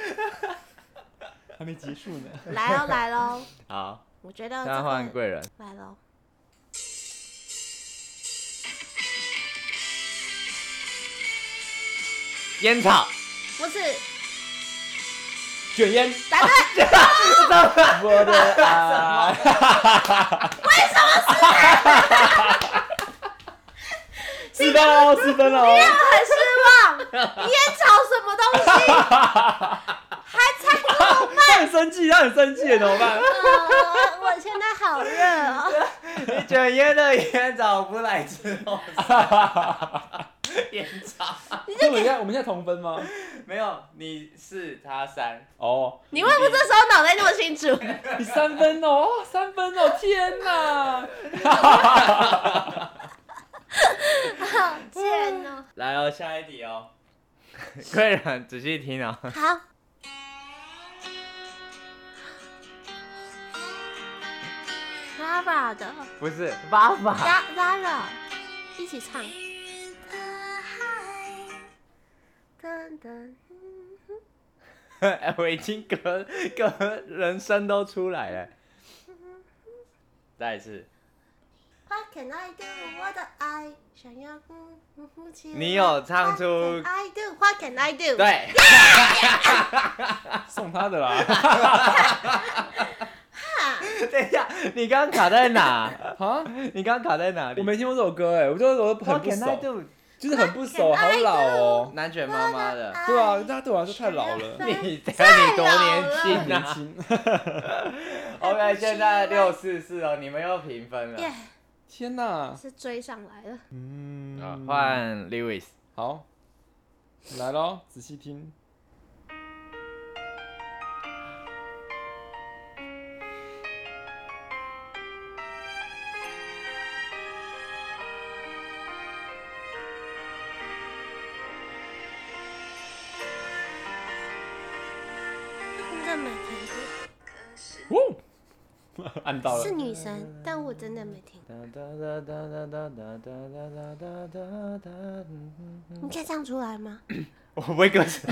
[SPEAKER 2] 还没结束呢。
[SPEAKER 3] 来喽来喽，
[SPEAKER 1] 好，
[SPEAKER 3] 我觉得
[SPEAKER 1] 现
[SPEAKER 3] 这
[SPEAKER 1] 在换
[SPEAKER 3] 个
[SPEAKER 1] 贵人，
[SPEAKER 3] 来喽。
[SPEAKER 1] 烟草，
[SPEAKER 3] 不是，
[SPEAKER 2] 卷烟，
[SPEAKER 3] 答对，
[SPEAKER 2] 我
[SPEAKER 1] [laughs]
[SPEAKER 2] 的啊！为什么是？四分哦，四分哦！
[SPEAKER 3] 很失望。烟草什么东西？还猜不中？
[SPEAKER 2] 他很生气，他很生气，怎么办？
[SPEAKER 3] 呃我现在好热哦。
[SPEAKER 1] 你卷烟的烟草不来吃肉， [laughs] 烟草
[SPEAKER 2] 所以我们现在我们现在同分吗？
[SPEAKER 1] 没有，你是他三，
[SPEAKER 2] 哦，
[SPEAKER 3] 你为什么这时候脑袋那么清楚？
[SPEAKER 2] 你三分哦，三分哦！天哪！
[SPEAKER 3] 好贱哦。
[SPEAKER 1] 来哦，下一题哦， [laughs] 贵人仔细听哦，
[SPEAKER 3] 好，拉拉的。
[SPEAKER 1] 不是爸爸，
[SPEAKER 3] 拉拉了，一起唱。噔噔，
[SPEAKER 1] [laughs] 我已经隔隔人声都出来了，再一次，
[SPEAKER 3] 花 can I do 我的爱，想要嗯嗯嗯起来
[SPEAKER 1] 你有唱出
[SPEAKER 3] What can I do 花 can I do，，
[SPEAKER 1] 对，
[SPEAKER 2] 送他的啦！
[SPEAKER 1] [laughs] 等一下，你刚刚卡在哪？
[SPEAKER 2] 啊，
[SPEAKER 1] 你刚刚卡在哪里？
[SPEAKER 2] 我没听过这首歌哎，我就我很
[SPEAKER 1] What
[SPEAKER 2] 不
[SPEAKER 1] can I
[SPEAKER 2] 熟，
[SPEAKER 1] do？
[SPEAKER 2] 就是很不熟，好老哦。
[SPEAKER 1] 南拳妈妈的，
[SPEAKER 2] 对啊，那对我来说太老了。
[SPEAKER 1] [laughs] 你等下你多年轻
[SPEAKER 2] 年
[SPEAKER 1] [laughs] 啊
[SPEAKER 2] 轻，
[SPEAKER 1] ？OK，现在六四四哦，你们又平分了
[SPEAKER 3] 耶。
[SPEAKER 2] 天哪！
[SPEAKER 3] 是追上来了。
[SPEAKER 1] 啊
[SPEAKER 2] 嗯，
[SPEAKER 1] 换 Lewis，
[SPEAKER 2] 好，来喽，仔细听。
[SPEAKER 3] 真的没听过，
[SPEAKER 2] 哦，按到了
[SPEAKER 3] 是。女神，但我真的没听过。你可以唱出来吗？
[SPEAKER 1] 我不会歌词。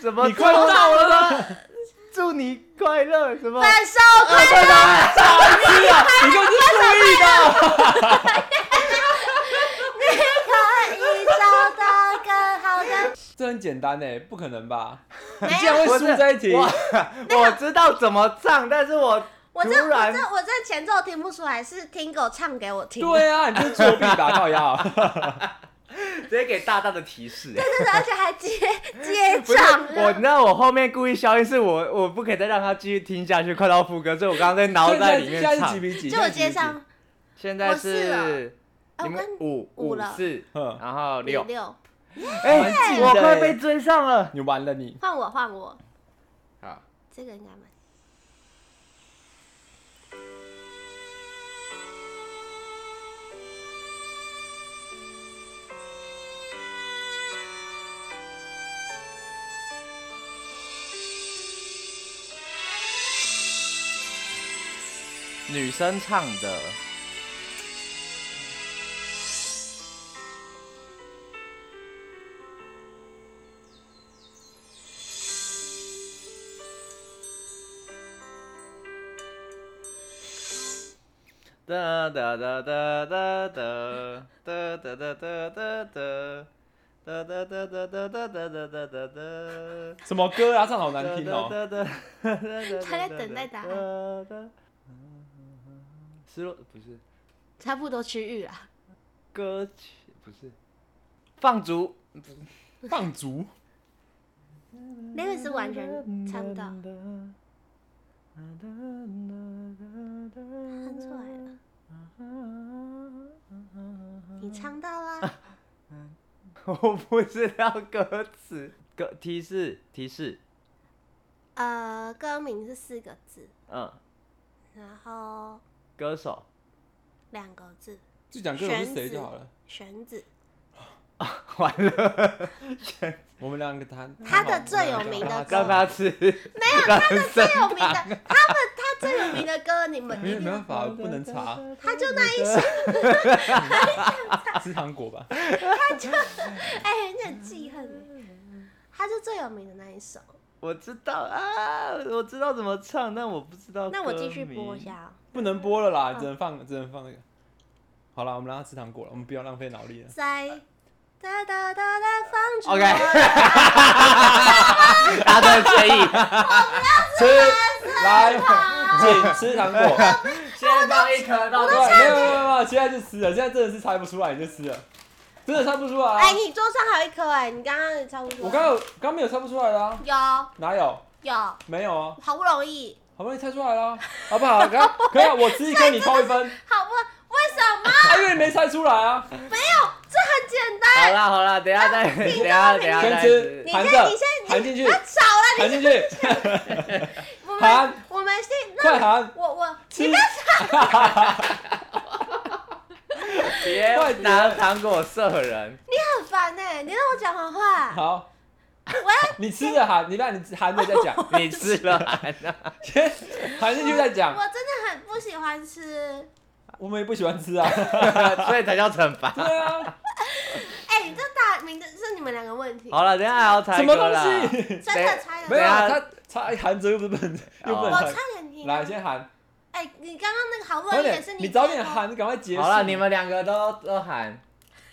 [SPEAKER 1] 怎么
[SPEAKER 2] 你快到
[SPEAKER 1] 了吗？ [laughs] 祝你快乐，什么？
[SPEAKER 3] 分手快乐，
[SPEAKER 1] 啊
[SPEAKER 2] 你给我去注意的。
[SPEAKER 3] 你可以找到更好
[SPEAKER 1] [laughs]
[SPEAKER 3] 的。
[SPEAKER 2] 这很简单哎，不可能吧？
[SPEAKER 3] 没
[SPEAKER 2] 你竟
[SPEAKER 3] 有
[SPEAKER 2] 然会输这一题？
[SPEAKER 1] 我 [laughs] 我知道怎么唱，但是我
[SPEAKER 3] 我这
[SPEAKER 1] 突
[SPEAKER 3] 我
[SPEAKER 1] 然
[SPEAKER 3] 这我这前奏听不出来，是听狗唱给我听。
[SPEAKER 2] 对啊，你就是作弊吧，靠腰。
[SPEAKER 1] 直接给大大的提示。
[SPEAKER 3] 对对对，而且还接接
[SPEAKER 1] 不是
[SPEAKER 3] 唱。
[SPEAKER 1] 我，那我后面故意消音，是我我不可以再让他继续听下去，快到副歌，所以我刚刚在 [laughs] 脑袋里面
[SPEAKER 2] 现在是
[SPEAKER 1] 唱
[SPEAKER 2] 几。比几？
[SPEAKER 3] 就我接上，
[SPEAKER 1] 现在
[SPEAKER 3] 我是
[SPEAKER 1] 是
[SPEAKER 3] 啊
[SPEAKER 1] 你们
[SPEAKER 3] 我跟
[SPEAKER 1] 五
[SPEAKER 3] 五
[SPEAKER 1] 五
[SPEAKER 3] 了
[SPEAKER 1] 四，
[SPEAKER 2] 嗯
[SPEAKER 1] 然后
[SPEAKER 3] 你
[SPEAKER 1] 六，
[SPEAKER 3] 六，
[SPEAKER 1] 哎
[SPEAKER 2] 蛮，近
[SPEAKER 1] 我
[SPEAKER 2] 的
[SPEAKER 1] 快
[SPEAKER 2] 欸
[SPEAKER 1] 被追上了。
[SPEAKER 2] 你完了你。
[SPEAKER 3] 换我换我，
[SPEAKER 1] 好，
[SPEAKER 3] 这个应该蛮。
[SPEAKER 1] 女生唱的，哒哒哒哒哒哒哒哒哒哒哒哒。哒哒哒哒哒哒哒哒哒哒哒。
[SPEAKER 2] 什么歌啊？唱好难听哦。
[SPEAKER 1] 哦。
[SPEAKER 3] 他在等待答案。
[SPEAKER 1] 失落不是
[SPEAKER 3] 差不多区域啦，
[SPEAKER 1] 歌曲，不是放逐。
[SPEAKER 2] 放逐，
[SPEAKER 3] 那个是完全唱不到，唱出来了，你唱到
[SPEAKER 1] [laughs]
[SPEAKER 3] 啦，
[SPEAKER 1] 我不知道歌词，歌提示提示，
[SPEAKER 3] 呃，歌名是四个字，
[SPEAKER 1] 嗯，
[SPEAKER 3] 然后
[SPEAKER 1] 歌手
[SPEAKER 3] 两个字，
[SPEAKER 2] 就讲歌手是谁就好了。
[SPEAKER 3] 玄子，
[SPEAKER 1] 完了，
[SPEAKER 2] 我们两个谈。
[SPEAKER 3] 他的最有名的
[SPEAKER 2] 让
[SPEAKER 3] 歌
[SPEAKER 1] 让他吃，没有啊
[SPEAKER 3] 他的最有名的，他们他最有名的歌，你们一
[SPEAKER 2] 没办
[SPEAKER 3] 定
[SPEAKER 2] 法，不能查，
[SPEAKER 3] 他就那一首，
[SPEAKER 2] 吃糖果吧。 [laughs]
[SPEAKER 3] [laughs] 哎，那很记恨，欸他就最有名的那一首。
[SPEAKER 1] 我知道啊，我知道怎么唱，但我不知道。
[SPEAKER 3] 那我继续播一。
[SPEAKER 1] [laughs]
[SPEAKER 3] 下哦。
[SPEAKER 2] 不能播了啦，只能放，只能放那个。好了，我们让他吃糖果了，我们不要浪费脑力了。
[SPEAKER 3] 在哒哒哒哒放逐
[SPEAKER 1] OK
[SPEAKER 2] [laughs]
[SPEAKER 3] 我
[SPEAKER 1] 大家都介意，
[SPEAKER 2] 吃，来，姐吃糖
[SPEAKER 3] [laughs]
[SPEAKER 2] 果。
[SPEAKER 1] 先放一颗到
[SPEAKER 2] 对，没有没有没有没有，现在就吃了，现在真的是猜不出来，你就吃了，真的猜不出来、啊。
[SPEAKER 3] 哎，你桌上还有一颗哎，你刚刚也超不出来。
[SPEAKER 2] 我刚刚有刚刚没有猜不出来的啊，
[SPEAKER 3] 有
[SPEAKER 2] 哪有？
[SPEAKER 3] 有，
[SPEAKER 2] 没有啊，
[SPEAKER 3] 好不容易，
[SPEAKER 2] 好不容易猜出来了啊，好不好？刚刚可以啊，我吃一颗，你扣一分，
[SPEAKER 3] 好不，为什么？
[SPEAKER 2] 啊，因为你没猜出来啊。
[SPEAKER 3] 没有，这很简
[SPEAKER 1] 好
[SPEAKER 3] 单。
[SPEAKER 1] 啦好啦，等一下再，等
[SPEAKER 3] [laughs]
[SPEAKER 1] 一下等一下
[SPEAKER 2] 先
[SPEAKER 1] 再
[SPEAKER 2] 吃
[SPEAKER 1] 吃。
[SPEAKER 3] 你
[SPEAKER 2] 含
[SPEAKER 3] 先，
[SPEAKER 2] 着
[SPEAKER 3] 你先，
[SPEAKER 2] 含进去
[SPEAKER 3] 你啊少了，
[SPEAKER 2] 含
[SPEAKER 3] 你
[SPEAKER 2] 进去，
[SPEAKER 3] 我们
[SPEAKER 2] 含
[SPEAKER 3] 我们先，
[SPEAKER 2] 快
[SPEAKER 3] 那
[SPEAKER 2] 含，
[SPEAKER 3] 我我
[SPEAKER 2] 吃，
[SPEAKER 1] 别
[SPEAKER 2] 快点
[SPEAKER 1] 拿糖果射
[SPEAKER 3] [laughs]
[SPEAKER 1] 人。
[SPEAKER 3] 很烦哎，你让我讲完话，
[SPEAKER 2] 好，
[SPEAKER 3] 我要
[SPEAKER 2] 你吃了含，你让你含着再讲， [laughs]
[SPEAKER 1] 你吃了还拿 [laughs]
[SPEAKER 2] 先含进去再讲。
[SPEAKER 3] 我真的很不喜欢吃。
[SPEAKER 2] 我们也不喜
[SPEAKER 1] [laughs]
[SPEAKER 2] 欢吃啊，
[SPEAKER 1] 所以才叫惩罚。
[SPEAKER 2] 对啊，
[SPEAKER 3] 哎，你这大名的是你们两个问题，
[SPEAKER 1] 好了，等一下还要猜
[SPEAKER 2] 什么
[SPEAKER 1] 歌啦。
[SPEAKER 2] 东西？
[SPEAKER 3] 真的猜
[SPEAKER 2] 没有
[SPEAKER 3] 得
[SPEAKER 2] 啊，
[SPEAKER 1] 等一下
[SPEAKER 2] 他他含着又不是不能，又不
[SPEAKER 3] 到。
[SPEAKER 1] 哦
[SPEAKER 2] 能 [laughs]
[SPEAKER 3] 我
[SPEAKER 2] 含
[SPEAKER 3] 差。点你
[SPEAKER 2] 来，先含，
[SPEAKER 3] 哎，你刚刚那个好不容
[SPEAKER 2] 快
[SPEAKER 3] 易也
[SPEAKER 2] 点
[SPEAKER 3] 是，
[SPEAKER 2] 你
[SPEAKER 3] 你
[SPEAKER 2] 早
[SPEAKER 3] 接
[SPEAKER 2] 点
[SPEAKER 3] 的
[SPEAKER 2] 含，你赶快结
[SPEAKER 1] [laughs]
[SPEAKER 2] 束。
[SPEAKER 1] 好了，你们两个都都喊，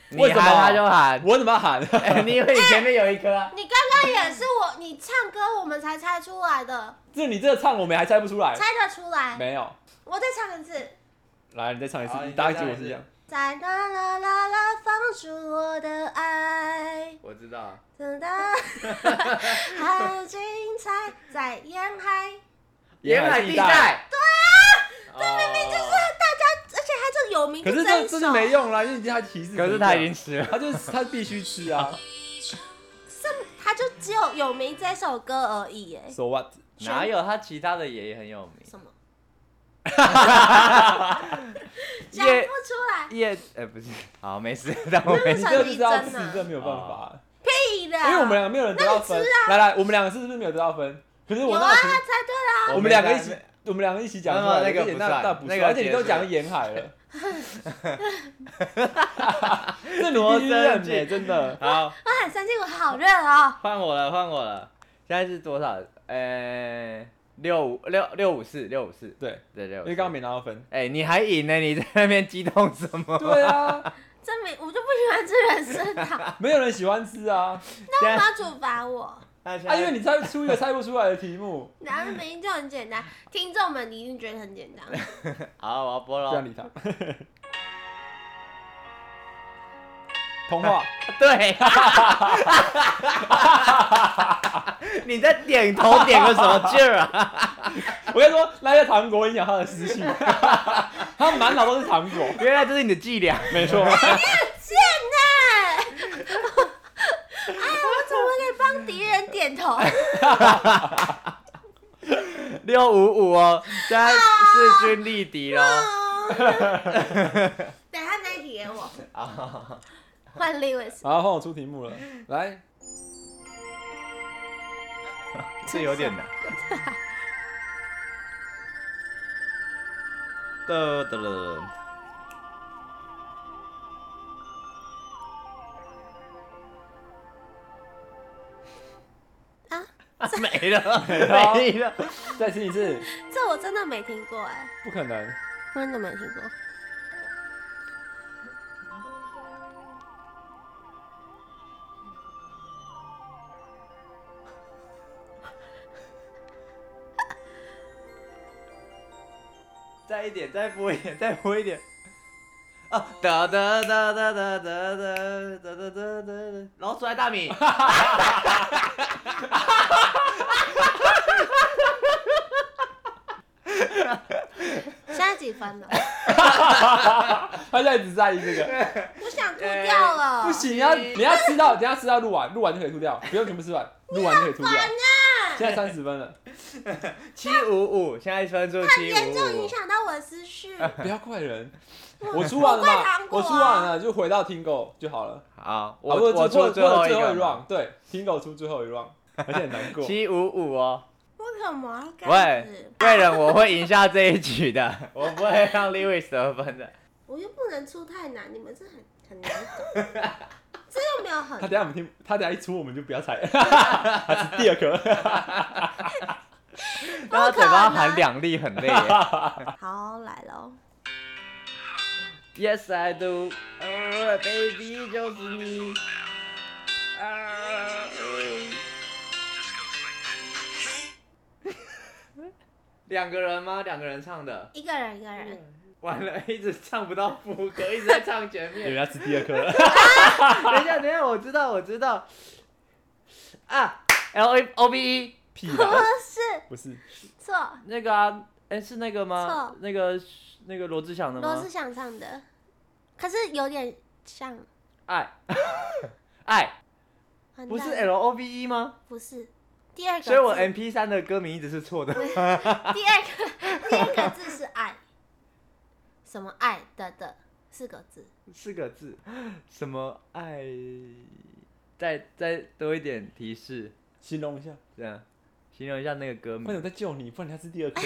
[SPEAKER 1] 你
[SPEAKER 2] 为什么
[SPEAKER 1] 喊他就喊。 [laughs]
[SPEAKER 2] 我怎么喊？
[SPEAKER 1] 哎你以为你前面有一颗
[SPEAKER 2] [laughs]
[SPEAKER 1] 啊？
[SPEAKER 3] 你刚刚也是我，你唱歌我们才猜出来的，
[SPEAKER 2] 这你这个唱我们还猜不出来
[SPEAKER 3] 猜。得出来。
[SPEAKER 2] 哎没有，
[SPEAKER 3] 我再唱一次，
[SPEAKER 2] 来你再唱一次
[SPEAKER 1] 好，
[SPEAKER 2] 你
[SPEAKER 1] 你
[SPEAKER 2] 大
[SPEAKER 1] 再
[SPEAKER 2] 概
[SPEAKER 1] 唱
[SPEAKER 2] 结
[SPEAKER 1] 一次
[SPEAKER 2] 果是这样。
[SPEAKER 3] 在啦啦啦啦放逐我的爱，
[SPEAKER 1] 我知道。
[SPEAKER 2] 啊
[SPEAKER 3] 等到好精彩，在沿海，哎
[SPEAKER 1] 沿海地带。
[SPEAKER 2] 这明明就是。
[SPEAKER 3] 而且它这有名，
[SPEAKER 2] 可是这
[SPEAKER 3] 真
[SPEAKER 2] 这就没用啦，因为你他提示。
[SPEAKER 1] 可是他已经，吃了。
[SPEAKER 2] 他就是他必须吃
[SPEAKER 1] [laughs]
[SPEAKER 2] 啊。
[SPEAKER 3] 它就只有有名这首歌而已，哎，
[SPEAKER 2] So what？
[SPEAKER 1] 哪有他其他的也很有名？
[SPEAKER 3] [laughs] 什么
[SPEAKER 1] [laughs]
[SPEAKER 3] 讲不
[SPEAKER 1] 叶
[SPEAKER 3] 出来，
[SPEAKER 1] 叶呃不是，好没事， [laughs] 但我没
[SPEAKER 2] 你
[SPEAKER 1] 事。
[SPEAKER 2] 这就是要吃，
[SPEAKER 3] 真的
[SPEAKER 2] 这没有办法，
[SPEAKER 3] 屁的，
[SPEAKER 1] 啊
[SPEAKER 2] 因为我们两个没有人得到分
[SPEAKER 3] 那你吃。啊
[SPEAKER 2] 来来，我们两个是不是没有得到分？可是
[SPEAKER 3] 有
[SPEAKER 2] 我
[SPEAKER 3] 啊，
[SPEAKER 2] 那
[SPEAKER 3] 猜
[SPEAKER 2] 个题
[SPEAKER 3] 对了，
[SPEAKER 2] 我们两个 [laughs] 一起，我们两个一起讲出来，
[SPEAKER 1] 没有没有那个
[SPEAKER 2] 而
[SPEAKER 1] 不算
[SPEAKER 2] 且那那不
[SPEAKER 1] 那
[SPEAKER 2] 算，
[SPEAKER 1] 个
[SPEAKER 2] 而且你都
[SPEAKER 1] 结束
[SPEAKER 2] 讲沿海
[SPEAKER 1] [laughs]
[SPEAKER 2] 了。这你
[SPEAKER 1] 多
[SPEAKER 2] 必须
[SPEAKER 1] 生
[SPEAKER 2] 认
[SPEAKER 1] 气
[SPEAKER 2] 欸真
[SPEAKER 1] [laughs]
[SPEAKER 2] 的。
[SPEAKER 1] 好，
[SPEAKER 3] 我很生气，我好热哦，
[SPEAKER 1] 换我了，换我了。现在是多少？呃，六五六六五四六五四，
[SPEAKER 2] 对，
[SPEAKER 1] 对六
[SPEAKER 2] 因
[SPEAKER 1] 五
[SPEAKER 2] 为
[SPEAKER 1] 四。
[SPEAKER 2] 刚刚没拿到分。
[SPEAKER 1] 哎，你还赢呢？你在那边激动什么？
[SPEAKER 2] [laughs] 对啊，
[SPEAKER 3] 这没我就不喜欢吃人参
[SPEAKER 2] [laughs]
[SPEAKER 3] 的，
[SPEAKER 2] 没有人喜欢吃啊，
[SPEAKER 3] 那为什么要处罚我？
[SPEAKER 1] 啊
[SPEAKER 2] 啊，因为你猜出一个猜不出来的题 [laughs] 目，
[SPEAKER 3] 然后明明就很简单，
[SPEAKER 2] 嗯
[SPEAKER 3] 听众们你一定觉得很简
[SPEAKER 2] [laughs]
[SPEAKER 3] 单。
[SPEAKER 1] 好，我要播
[SPEAKER 2] 不要哦
[SPEAKER 1] 了。
[SPEAKER 2] [laughs] 理他。童话，
[SPEAKER 1] 对， [laughs] 你在点头点个什么劲儿啊？ [laughs]
[SPEAKER 2] 我跟你说，那些糖果影响他的思 [laughs] 绪，他满脑都是糖果，
[SPEAKER 1] 原来这是你的伎俩，
[SPEAKER 2] 没错。
[SPEAKER 3] 贱呐、 [laughs] 哎，我怎么可以帮敌人点头？
[SPEAKER 2] 哎
[SPEAKER 1] 六五五哦，现在势均力敌喽。
[SPEAKER 3] 啊 [laughs] 等一下那一题给我，
[SPEAKER 1] 啊，
[SPEAKER 2] 哦
[SPEAKER 3] 换 Lewis。
[SPEAKER 2] 好，换我出题目了，来，
[SPEAKER 1] [laughs] 这有点难。得得了，
[SPEAKER 3] 啊，
[SPEAKER 1] [laughs] 没了，
[SPEAKER 2] 了
[SPEAKER 1] 没了。
[SPEAKER 2] 再听一次，
[SPEAKER 3] 这我真的没听过哎、
[SPEAKER 2] 不可能。
[SPEAKER 3] 真的没听过。
[SPEAKER 1] 再一点，再播一点，再播一点。啊，哒哒哒哒哒哒哒哒哒哒哒，老鼠爱大
[SPEAKER 3] [laughs]
[SPEAKER 1] 米。
[SPEAKER 3] 现在
[SPEAKER 2] [laughs]
[SPEAKER 3] 几分了？
[SPEAKER 2] 他现在只在意这个，
[SPEAKER 3] 我想吐掉了。
[SPEAKER 2] 呃不行，你要你要吃到，等一下吃到录完，录完就可以吐掉，不用全部吃完，录完就可以吐掉。现在三十分了，
[SPEAKER 1] 七五五，现在分数七
[SPEAKER 3] 严重
[SPEAKER 1] 五
[SPEAKER 3] 影
[SPEAKER 1] 五。
[SPEAKER 3] 响到我的思绪。 [laughs]
[SPEAKER 2] 不要怪人，我出完了嘛
[SPEAKER 3] 我怪糖，果
[SPEAKER 2] 我
[SPEAKER 3] 啊
[SPEAKER 2] 出完了就回到听狗就好了。
[SPEAKER 1] 好，
[SPEAKER 2] 啊
[SPEAKER 1] 我
[SPEAKER 2] 或者
[SPEAKER 1] 我
[SPEAKER 2] 或
[SPEAKER 1] 出
[SPEAKER 2] 者
[SPEAKER 1] 最后
[SPEAKER 2] 最后
[SPEAKER 1] 个
[SPEAKER 2] 一
[SPEAKER 1] 嘛。 [laughs]
[SPEAKER 2] round，对，听狗出最后一 round，而且很难过。
[SPEAKER 1] 七五五哦，
[SPEAKER 3] 我可什么啊？干
[SPEAKER 1] 喂
[SPEAKER 3] 死，
[SPEAKER 1] 贵人，我会赢下这一局 [laughs] 的，我不会让 Lewis 得分的。
[SPEAKER 3] 我又不能出太难，你们这很很难懂，这又没有
[SPEAKER 2] 他
[SPEAKER 3] 很
[SPEAKER 2] 等一下我们听，他等一下一出我们就不
[SPEAKER 1] [laughs]
[SPEAKER 2] 要猜，他是第二颗。
[SPEAKER 1] 但他嘴巴含两粒很累耶。 [laughs]
[SPEAKER 3] 好来喽。
[SPEAKER 1] Yes, I do. Oh, baby，就是你。啊！ [laughs] 两个人吗？两个人唱的。
[SPEAKER 3] 一个人一个人，
[SPEAKER 1] 完了，一直唱不到副歌，一直在唱前
[SPEAKER 2] 人
[SPEAKER 1] 面。
[SPEAKER 2] 家是第二颗了， [laughs]
[SPEAKER 1] 等一下，等一下，我知道，我知道。啊，L A O B E
[SPEAKER 2] 屁
[SPEAKER 3] 不
[SPEAKER 2] 啦，
[SPEAKER 3] 是
[SPEAKER 2] 不是，
[SPEAKER 3] 错，
[SPEAKER 1] 那个啊，哎，是那个吗
[SPEAKER 3] 错？
[SPEAKER 1] 那个那个罗志祥的
[SPEAKER 3] 罗
[SPEAKER 1] 吗
[SPEAKER 3] 志？祥唱的，可是有点像，
[SPEAKER 1] 爱爱
[SPEAKER 3] 完
[SPEAKER 1] 不是
[SPEAKER 3] 蛋
[SPEAKER 1] L O B E 吗？
[SPEAKER 3] 不是第二个字，
[SPEAKER 1] 所以我 M P 三的歌名一直是错的。
[SPEAKER 3] 第二个第二个字是爱，什么爱的的四个字，
[SPEAKER 1] 四个字，什么爱？再再多一点提示，
[SPEAKER 2] 形容一下，
[SPEAKER 1] 这样形容一下那个歌
[SPEAKER 2] 快
[SPEAKER 1] 名。
[SPEAKER 2] 点再救你，不然人家是第二颗。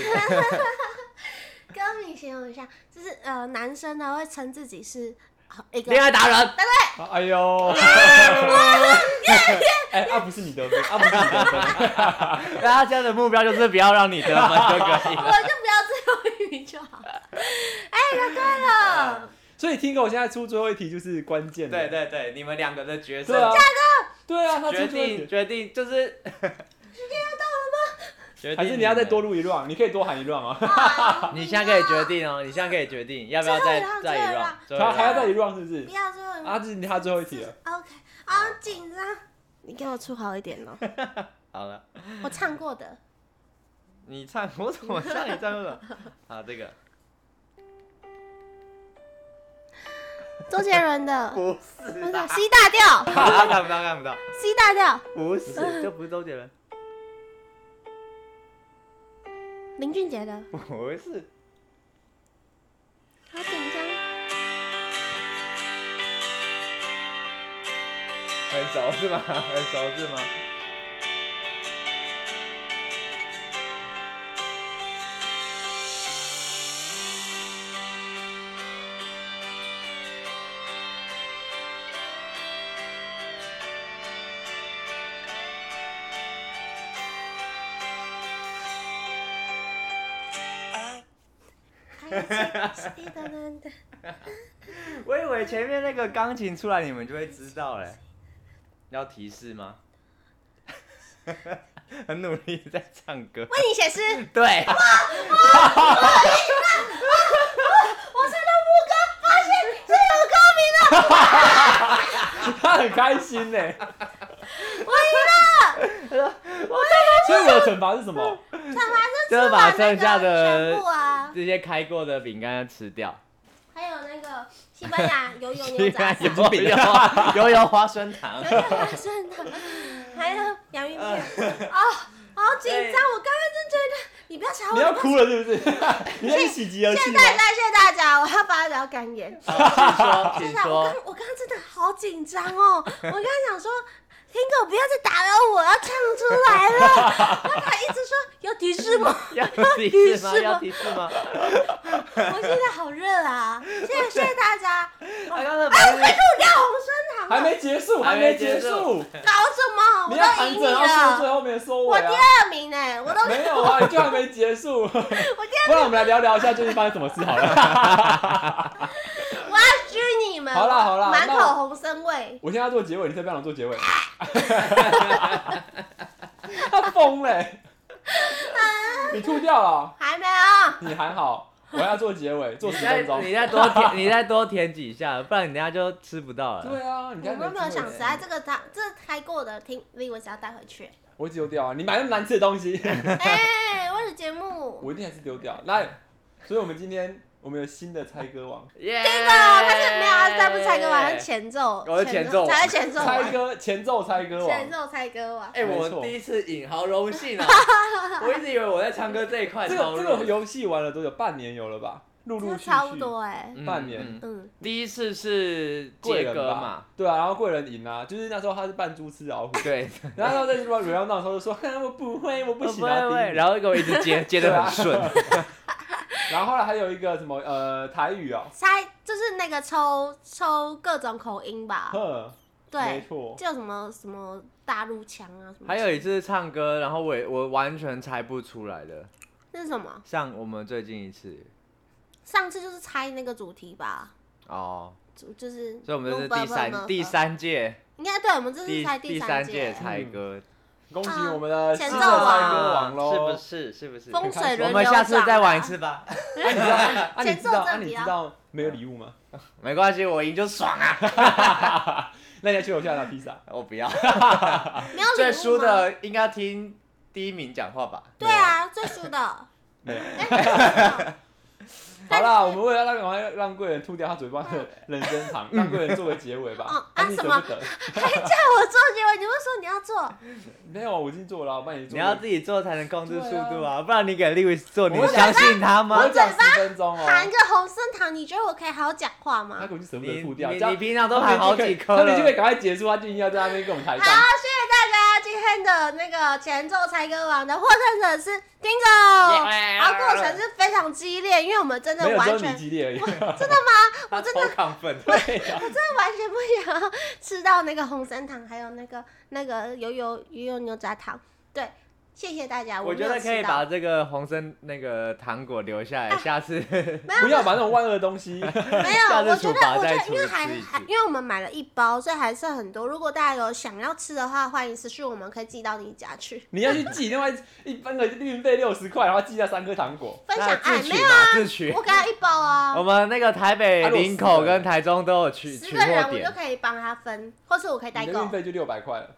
[SPEAKER 3] 歌名形容一下，就是呃男生呢会称自己是呃一
[SPEAKER 1] [laughs]
[SPEAKER 3] 个
[SPEAKER 1] 恋爱达人，
[SPEAKER 2] 啊哎呦， [laughs] 哎，啊不是你得分，啊不是你得分，
[SPEAKER 1] 大家的目标就是不要让你得分就可
[SPEAKER 3] [laughs]
[SPEAKER 1] 以
[SPEAKER 3] 我
[SPEAKER 1] 了。
[SPEAKER 3] 就不要最后一名就好了。哎，答对了，
[SPEAKER 2] 所以听狗现在出最后一题就是关键的，
[SPEAKER 1] 对对对，你们两个的角
[SPEAKER 2] 对
[SPEAKER 1] 色
[SPEAKER 2] 啊，对啊，他出
[SPEAKER 1] 决
[SPEAKER 2] 最后一
[SPEAKER 1] 定
[SPEAKER 2] 题，
[SPEAKER 1] 决定 [laughs] 就是时间要到了吗？
[SPEAKER 2] 还是你要再多？录一 round，你可以多喊一 round 啊，
[SPEAKER 1] 你现在可以决定哦，你现在可以决定要不要再
[SPEAKER 3] 最后一 round，
[SPEAKER 1] 再一 round，最后一
[SPEAKER 2] 他还要
[SPEAKER 1] round。
[SPEAKER 2] 再一 round 是不是
[SPEAKER 3] 不？要最后一名
[SPEAKER 2] 啊，这是他最后一题了，
[SPEAKER 3] OK，好紧张。你给我出好一点哦，
[SPEAKER 1] 好了，
[SPEAKER 3] [laughs] 我唱过的。
[SPEAKER 1] 你唱，我怎么唱你唱了？好，这个
[SPEAKER 3] 周杰伦
[SPEAKER 1] [laughs]
[SPEAKER 3] 的，
[SPEAKER 1] 不
[SPEAKER 3] 不
[SPEAKER 1] 是 [laughs]
[SPEAKER 3] 是啊
[SPEAKER 1] 啦，
[SPEAKER 3] C 大调
[SPEAKER 1] 看不到看不到。
[SPEAKER 3] ，C 大调，
[SPEAKER 1] 不是，这不是周杰伦，
[SPEAKER 3] 林俊杰的，
[SPEAKER 1] 不是，
[SPEAKER 3] 好紧张。
[SPEAKER 1] 很熟是吗？很熟是吗？
[SPEAKER 3] 还是一个人的
[SPEAKER 1] 我以为前面那个钢琴出来你们就会知道嘞，要提示吗？ [laughs] 很努力地在唱歌，
[SPEAKER 3] 为你写诗，我
[SPEAKER 1] 对，
[SPEAKER 3] 唱到副歌，发现是有歌名了，
[SPEAKER 2] 他很开心呢。
[SPEAKER 3] 我赢了。
[SPEAKER 2] 所以我的惩罚是什么？
[SPEAKER 3] 惩罚是
[SPEAKER 1] 就是把剩下
[SPEAKER 3] 全
[SPEAKER 1] 的
[SPEAKER 3] 部
[SPEAKER 1] [laughs]
[SPEAKER 3] 啊，
[SPEAKER 1] 这些开过的饼干吃
[SPEAKER 3] [laughs]
[SPEAKER 1] 掉，
[SPEAKER 3] 还有那个西班牙游泳牛杂
[SPEAKER 1] [laughs] 有
[SPEAKER 3] 酱，
[SPEAKER 1] 有有 [laughs] 有花生糖
[SPEAKER 3] 游，泳花生糖，还有洋芋片。哦，好紧张！我刚刚真觉得，你不要吵我，
[SPEAKER 2] 你
[SPEAKER 3] 你
[SPEAKER 2] 要
[SPEAKER 3] 不
[SPEAKER 2] 哭了是不
[SPEAKER 3] [laughs]
[SPEAKER 2] 是？你要一喜极而泣
[SPEAKER 3] 现
[SPEAKER 2] 吗
[SPEAKER 3] 在？在谢谢大家，我要发表感言。
[SPEAKER 1] 好请说，
[SPEAKER 3] 真
[SPEAKER 1] 请
[SPEAKER 3] 的，我 [laughs] 刚
[SPEAKER 1] 说，
[SPEAKER 3] 我刚刚真的好紧
[SPEAKER 2] [laughs]
[SPEAKER 3] 张哦，我刚刚想说。听狗不要再打扰我，要唱出来了。他还一直说要提
[SPEAKER 2] [laughs]
[SPEAKER 3] 示我，
[SPEAKER 1] 要提示
[SPEAKER 3] 提
[SPEAKER 1] 吗？
[SPEAKER 3] 示吗
[SPEAKER 1] 要提示吗？
[SPEAKER 3] 我现在好热啊！谢谢谢谢
[SPEAKER 2] [laughs]
[SPEAKER 3] 大家。
[SPEAKER 1] 他刚才把那个
[SPEAKER 3] 不掉红
[SPEAKER 2] 还
[SPEAKER 3] 参糖了，
[SPEAKER 2] 没结束，
[SPEAKER 1] 还
[SPEAKER 2] 还
[SPEAKER 1] 没
[SPEAKER 2] 没
[SPEAKER 1] 结
[SPEAKER 2] 结
[SPEAKER 1] 束
[SPEAKER 2] 束，
[SPEAKER 3] 搞什么？
[SPEAKER 2] 你
[SPEAKER 3] 我
[SPEAKER 2] 要含
[SPEAKER 3] 都赢
[SPEAKER 2] 着
[SPEAKER 3] 你
[SPEAKER 2] 要做最
[SPEAKER 3] 了，
[SPEAKER 2] 后面的收
[SPEAKER 3] 我
[SPEAKER 2] 尾
[SPEAKER 3] 第
[SPEAKER 2] 啊。
[SPEAKER 3] 二名呢、我都
[SPEAKER 2] 没有啊，你就还没结
[SPEAKER 3] [laughs]
[SPEAKER 2] 束。不然我们来聊聊一下最近发生什么事好了。
[SPEAKER 3] 我要拘你们。
[SPEAKER 2] 好啦好啦
[SPEAKER 3] 满
[SPEAKER 2] 那我
[SPEAKER 3] 口红参味。
[SPEAKER 2] 我现在要做结尾，你再不要做
[SPEAKER 3] [laughs]
[SPEAKER 2] 结尾。他疯嘞！
[SPEAKER 3] 啊
[SPEAKER 2] 你吐掉了，
[SPEAKER 3] 还没啊，
[SPEAKER 2] 你还好。我要做结尾，
[SPEAKER 1] [laughs]
[SPEAKER 2] 做
[SPEAKER 1] 你
[SPEAKER 2] 十分
[SPEAKER 1] 再
[SPEAKER 2] 钟
[SPEAKER 1] 你。再多 [laughs] 填，你再多填几下，不然你等下就吃不到了。
[SPEAKER 2] 对啊，你
[SPEAKER 3] 我
[SPEAKER 2] 看
[SPEAKER 3] 们没有想
[SPEAKER 2] 吃
[SPEAKER 3] 实在这个他这开过的听，李伟是要带回去。
[SPEAKER 2] 我丢掉啊！你买那么难吃的东西，
[SPEAKER 3] [laughs] 哎、我的节目，
[SPEAKER 2] 我一定还是丢掉。那，所以我们今天我们有新的猜歌王，
[SPEAKER 1] 耶！
[SPEAKER 3] 真的，哦他是没有，啊他是他不是猜歌王，他是前奏，
[SPEAKER 1] 哦我是前奏啊
[SPEAKER 3] 他是前奏
[SPEAKER 2] 猜
[SPEAKER 3] 王，
[SPEAKER 2] 歌前奏猜歌王
[SPEAKER 3] 前，奏啊猜歌王。
[SPEAKER 1] 哎、
[SPEAKER 2] 没
[SPEAKER 1] 我
[SPEAKER 2] 错
[SPEAKER 1] 第一次赢，好荣哦
[SPEAKER 3] [laughs]
[SPEAKER 1] 幸啊！我一直以为我在唱歌这一块
[SPEAKER 2] 这
[SPEAKER 1] 超
[SPEAKER 2] 个
[SPEAKER 1] 弱
[SPEAKER 2] 这个游戏玩了多久？半年有了吧？陆陆
[SPEAKER 3] 这
[SPEAKER 2] 续续
[SPEAKER 3] 差不多哎、
[SPEAKER 4] 嗯
[SPEAKER 2] 半年
[SPEAKER 4] 嗯
[SPEAKER 3] 嗯，
[SPEAKER 4] 第一次是
[SPEAKER 2] 贵
[SPEAKER 4] 杰
[SPEAKER 2] 人
[SPEAKER 4] 哥
[SPEAKER 2] 吧
[SPEAKER 4] 嘛，，
[SPEAKER 2] 对啊，然后贵人赢啊，就是那时候他是扮猪吃老虎，
[SPEAKER 1] [laughs]
[SPEAKER 4] 对，
[SPEAKER 2] 然后他在 round 的时候就说， [laughs] 哼我不会，我不行
[SPEAKER 4] 哦
[SPEAKER 2] 啊，
[SPEAKER 4] 不会不
[SPEAKER 2] 第一
[SPEAKER 4] 会
[SPEAKER 2] 名
[SPEAKER 4] 然后给我一直
[SPEAKER 1] [laughs]
[SPEAKER 4] 接接的很顺，
[SPEAKER 2] 然后后来还有一个什么呃台语哦，
[SPEAKER 3] 猜就是那个抽抽各种口音吧，
[SPEAKER 1] 哦
[SPEAKER 2] 哼，没
[SPEAKER 3] 对，
[SPEAKER 2] 错，
[SPEAKER 3] 就有什么什么大陆腔啊什么，
[SPEAKER 1] 还有一次唱歌，然后我也我完全猜不出来的，
[SPEAKER 3] 那是什么？
[SPEAKER 1] 像我们最近一次
[SPEAKER 3] 上次就是猜那个主题吧，
[SPEAKER 1] 哦，
[SPEAKER 3] 主就是，
[SPEAKER 1] 所以我们这是
[SPEAKER 3] 不
[SPEAKER 1] 第
[SPEAKER 3] 不
[SPEAKER 1] 三
[SPEAKER 3] 不
[SPEAKER 1] 第三届
[SPEAKER 3] 应该对，我们这
[SPEAKER 1] 第
[SPEAKER 3] 是猜
[SPEAKER 1] 第
[SPEAKER 3] 三
[SPEAKER 1] 届
[SPEAKER 3] 届，
[SPEAKER 1] 猜歌，
[SPEAKER 2] 嗯恭喜
[SPEAKER 3] 啊
[SPEAKER 2] 我们的
[SPEAKER 3] 前
[SPEAKER 2] 新的
[SPEAKER 3] 奏啊
[SPEAKER 2] 猜歌王
[SPEAKER 1] 是
[SPEAKER 2] 喽
[SPEAKER 1] 不，是是不是？
[SPEAKER 3] 风
[SPEAKER 2] 很
[SPEAKER 3] 水
[SPEAKER 2] 开心
[SPEAKER 1] 我
[SPEAKER 3] 轮流转啊
[SPEAKER 1] 们下次再玩一次吧，
[SPEAKER 2] 啊你
[SPEAKER 3] 前
[SPEAKER 2] 知
[SPEAKER 3] 奏
[SPEAKER 2] 道啊
[SPEAKER 3] 正
[SPEAKER 2] 你
[SPEAKER 3] 题
[SPEAKER 2] 知
[SPEAKER 3] 啊
[SPEAKER 2] 道没有礼物吗？
[SPEAKER 1] 没关系，我赢就爽啊！
[SPEAKER 2] 那你要去楼下拿披萨，
[SPEAKER 1] 我不要，
[SPEAKER 3] 没有礼物
[SPEAKER 1] 最输
[SPEAKER 3] 吗
[SPEAKER 1] 的应该听第一名讲话吧？
[SPEAKER 3] 对啊，最
[SPEAKER 1] [laughs]
[SPEAKER 3] 输的。
[SPEAKER 2] 没有。
[SPEAKER 3] 哎
[SPEAKER 2] [laughs] 好啦，我们为了让赶快让贵人吐掉他嘴巴的人参糖，让贵人作为结尾吧。
[SPEAKER 3] 哦
[SPEAKER 2] 但
[SPEAKER 3] 啊
[SPEAKER 2] 是
[SPEAKER 3] 什
[SPEAKER 2] 舍
[SPEAKER 3] 么
[SPEAKER 2] 不得？
[SPEAKER 3] [laughs] 我做结尾，你们说你要做，
[SPEAKER 2] 没有，我已经做了，我帮你做。
[SPEAKER 1] 你要自己做才能控制速度啊，不然你给 Lewis 做，你
[SPEAKER 2] 啊我
[SPEAKER 1] 相信他
[SPEAKER 2] 我
[SPEAKER 1] 吗？
[SPEAKER 2] 讲十分钟
[SPEAKER 3] 含
[SPEAKER 2] 哦。
[SPEAKER 3] 个红参糖，你觉得我可以好好讲话
[SPEAKER 2] 他
[SPEAKER 3] 吗？
[SPEAKER 2] 估计舍不
[SPEAKER 1] 你
[SPEAKER 2] 得吐
[SPEAKER 1] 你
[SPEAKER 2] 掉，这样
[SPEAKER 1] 你平常都喊好几颗
[SPEAKER 2] 他们就可以
[SPEAKER 1] 了，
[SPEAKER 2] 赶快结束，他就硬要在那边跟我们抬杠
[SPEAKER 3] 好，。谢谢大家今天的那个前奏猜歌王的获胜者是 Dingo，然后过程是非常激烈，因为我们真的
[SPEAKER 2] 没有，只有
[SPEAKER 3] 完
[SPEAKER 2] 你
[SPEAKER 3] 全
[SPEAKER 2] 激烈而已。
[SPEAKER 1] 他超亢奋。
[SPEAKER 2] [laughs] 对啊呀，
[SPEAKER 3] 完全不想要吃到那个红参糖，还有那个那个油油油油牛轧糖。对，谢谢大家，
[SPEAKER 1] 我
[SPEAKER 3] 啊没
[SPEAKER 1] 觉
[SPEAKER 3] 有
[SPEAKER 1] 得可以
[SPEAKER 3] 吃到啊
[SPEAKER 1] 把这个红参那个糖果留下来，下次
[SPEAKER 2] 不要把那种万恶的东西。
[SPEAKER 3] [laughs] 没有，
[SPEAKER 1] 下次
[SPEAKER 3] 我觉
[SPEAKER 1] 处
[SPEAKER 3] 得
[SPEAKER 1] 罚
[SPEAKER 3] 我觉
[SPEAKER 1] 再
[SPEAKER 3] 得
[SPEAKER 1] 处
[SPEAKER 3] 因为还
[SPEAKER 1] 置一
[SPEAKER 3] 还
[SPEAKER 1] 次
[SPEAKER 3] 因为我们买了一包，所以还剩很多。如果大家有想要吃的话，欢迎私讯我们，可以寄到你家去。
[SPEAKER 2] 你要去寄另外一般的运费六十块，然后寄那三颗糖果。
[SPEAKER 1] [laughs]
[SPEAKER 3] 分享
[SPEAKER 1] 那
[SPEAKER 3] 爱
[SPEAKER 1] 自取
[SPEAKER 3] 没有，啊
[SPEAKER 1] 嘛，自取。
[SPEAKER 3] 我给他一包啊
[SPEAKER 1] 我，们那个台北
[SPEAKER 2] 啊如果
[SPEAKER 1] 林
[SPEAKER 2] 十
[SPEAKER 1] 口
[SPEAKER 2] 个人
[SPEAKER 1] 跟台中都有取
[SPEAKER 3] 十
[SPEAKER 1] 哦取
[SPEAKER 3] 个
[SPEAKER 1] 货
[SPEAKER 3] 人我就
[SPEAKER 1] 点，
[SPEAKER 3] 可以帮他分，或是我可以代
[SPEAKER 2] 你的运
[SPEAKER 3] 购，
[SPEAKER 2] 费就六百块了，。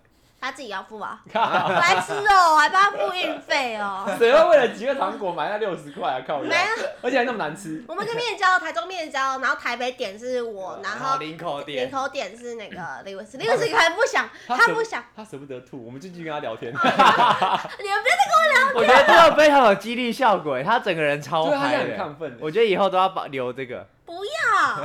[SPEAKER 3] 他自己要付啊
[SPEAKER 2] 靠！
[SPEAKER 3] 白痴哦、我还帮他付运费哦。 [laughs]
[SPEAKER 2] 谁会为了几个糖果买那六十块啊？靠！
[SPEAKER 3] 没有，
[SPEAKER 2] 而且还那么难吃。
[SPEAKER 3] 我们跟面交，台中面交，然后台北点是我，然后
[SPEAKER 1] 哦林口
[SPEAKER 3] 领
[SPEAKER 1] 点。
[SPEAKER 3] 口点是那个李维斯，李维斯还不想，
[SPEAKER 2] 他
[SPEAKER 3] 他
[SPEAKER 2] 舍
[SPEAKER 3] 不想，
[SPEAKER 2] 他舍不得吐，我们就继续跟他聊天。
[SPEAKER 3] 你们别再
[SPEAKER 1] 我觉得这个非常有激励效果，欸啊他整个人超
[SPEAKER 2] 对，他现
[SPEAKER 1] 嗨
[SPEAKER 2] 在很
[SPEAKER 1] 的。
[SPEAKER 2] 亢奋。
[SPEAKER 1] 我觉得以后都要保留这个。
[SPEAKER 3] 不要，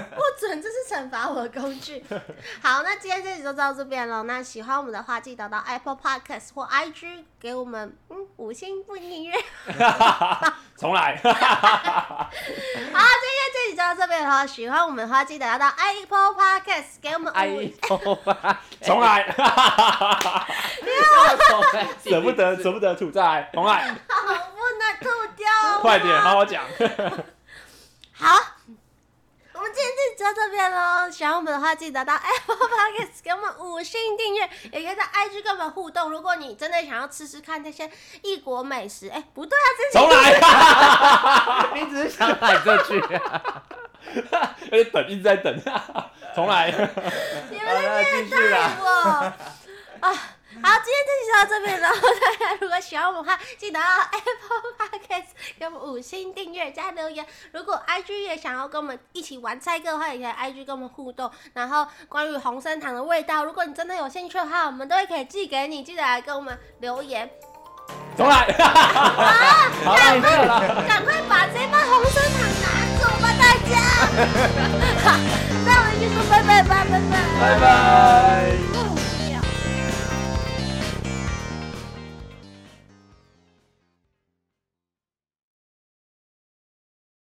[SPEAKER 3] 不准，这是惩罚我的工具。 [laughs] 好，那今天这集就到这边了。那喜欢我们的话，记得到 Apple Podcast 或 IG 给我们嗯五星不订阅。
[SPEAKER 2] 重 [laughs] 来。
[SPEAKER 3] 好，今天这集就到这边了。喜欢我们的话，记得要到 Apple Podcast 给我们
[SPEAKER 1] 哎
[SPEAKER 3] 五，
[SPEAKER 1] 呦 [laughs] 吧，
[SPEAKER 2] 重来，舍
[SPEAKER 1] E 舍
[SPEAKER 2] 不得 [laughs] 舍不得吐，再来，重来，
[SPEAKER 3] 好不能吐掉。
[SPEAKER 2] 快点， [laughs] 好好讲。
[SPEAKER 3] 好，我们今天这集就到这边喽。喜欢我们的话，记得到 Apple [laughs] Podcast 给我们五星订阅，也可以在 IG 跟我们互动。如果你真的想要吃吃看那些异国美食，哎、不对啊，这
[SPEAKER 2] 重
[SPEAKER 3] 是
[SPEAKER 2] 来， [laughs]
[SPEAKER 1] 你只是想喊这句、啊。
[SPEAKER 2] 而且等一直在等， [laughs] 重来。
[SPEAKER 3] [laughs] 你
[SPEAKER 1] 好
[SPEAKER 3] 们在
[SPEAKER 1] 了，继续啦
[SPEAKER 3] 带。我啊！好，今天这集就到这边了。大家如果喜欢我们的话，记得要 [laughs] Apple Podcast 给我们五星订阅加留言。如果 IG 也想要跟我们一起玩猜歌的话，也可以 IG 跟我们互动。然后关于红参糖的味道，如果你真的有兴趣的话，我们都会可以寄给你，记得来跟我们留言。
[SPEAKER 2] 重来，好了，没有了，
[SPEAKER 3] 赶快把这包红参糖拿走吧，大家！ [laughs] 好，那我们就说拜拜吧，拜拜。
[SPEAKER 2] 拜拜。
[SPEAKER 3] 嗯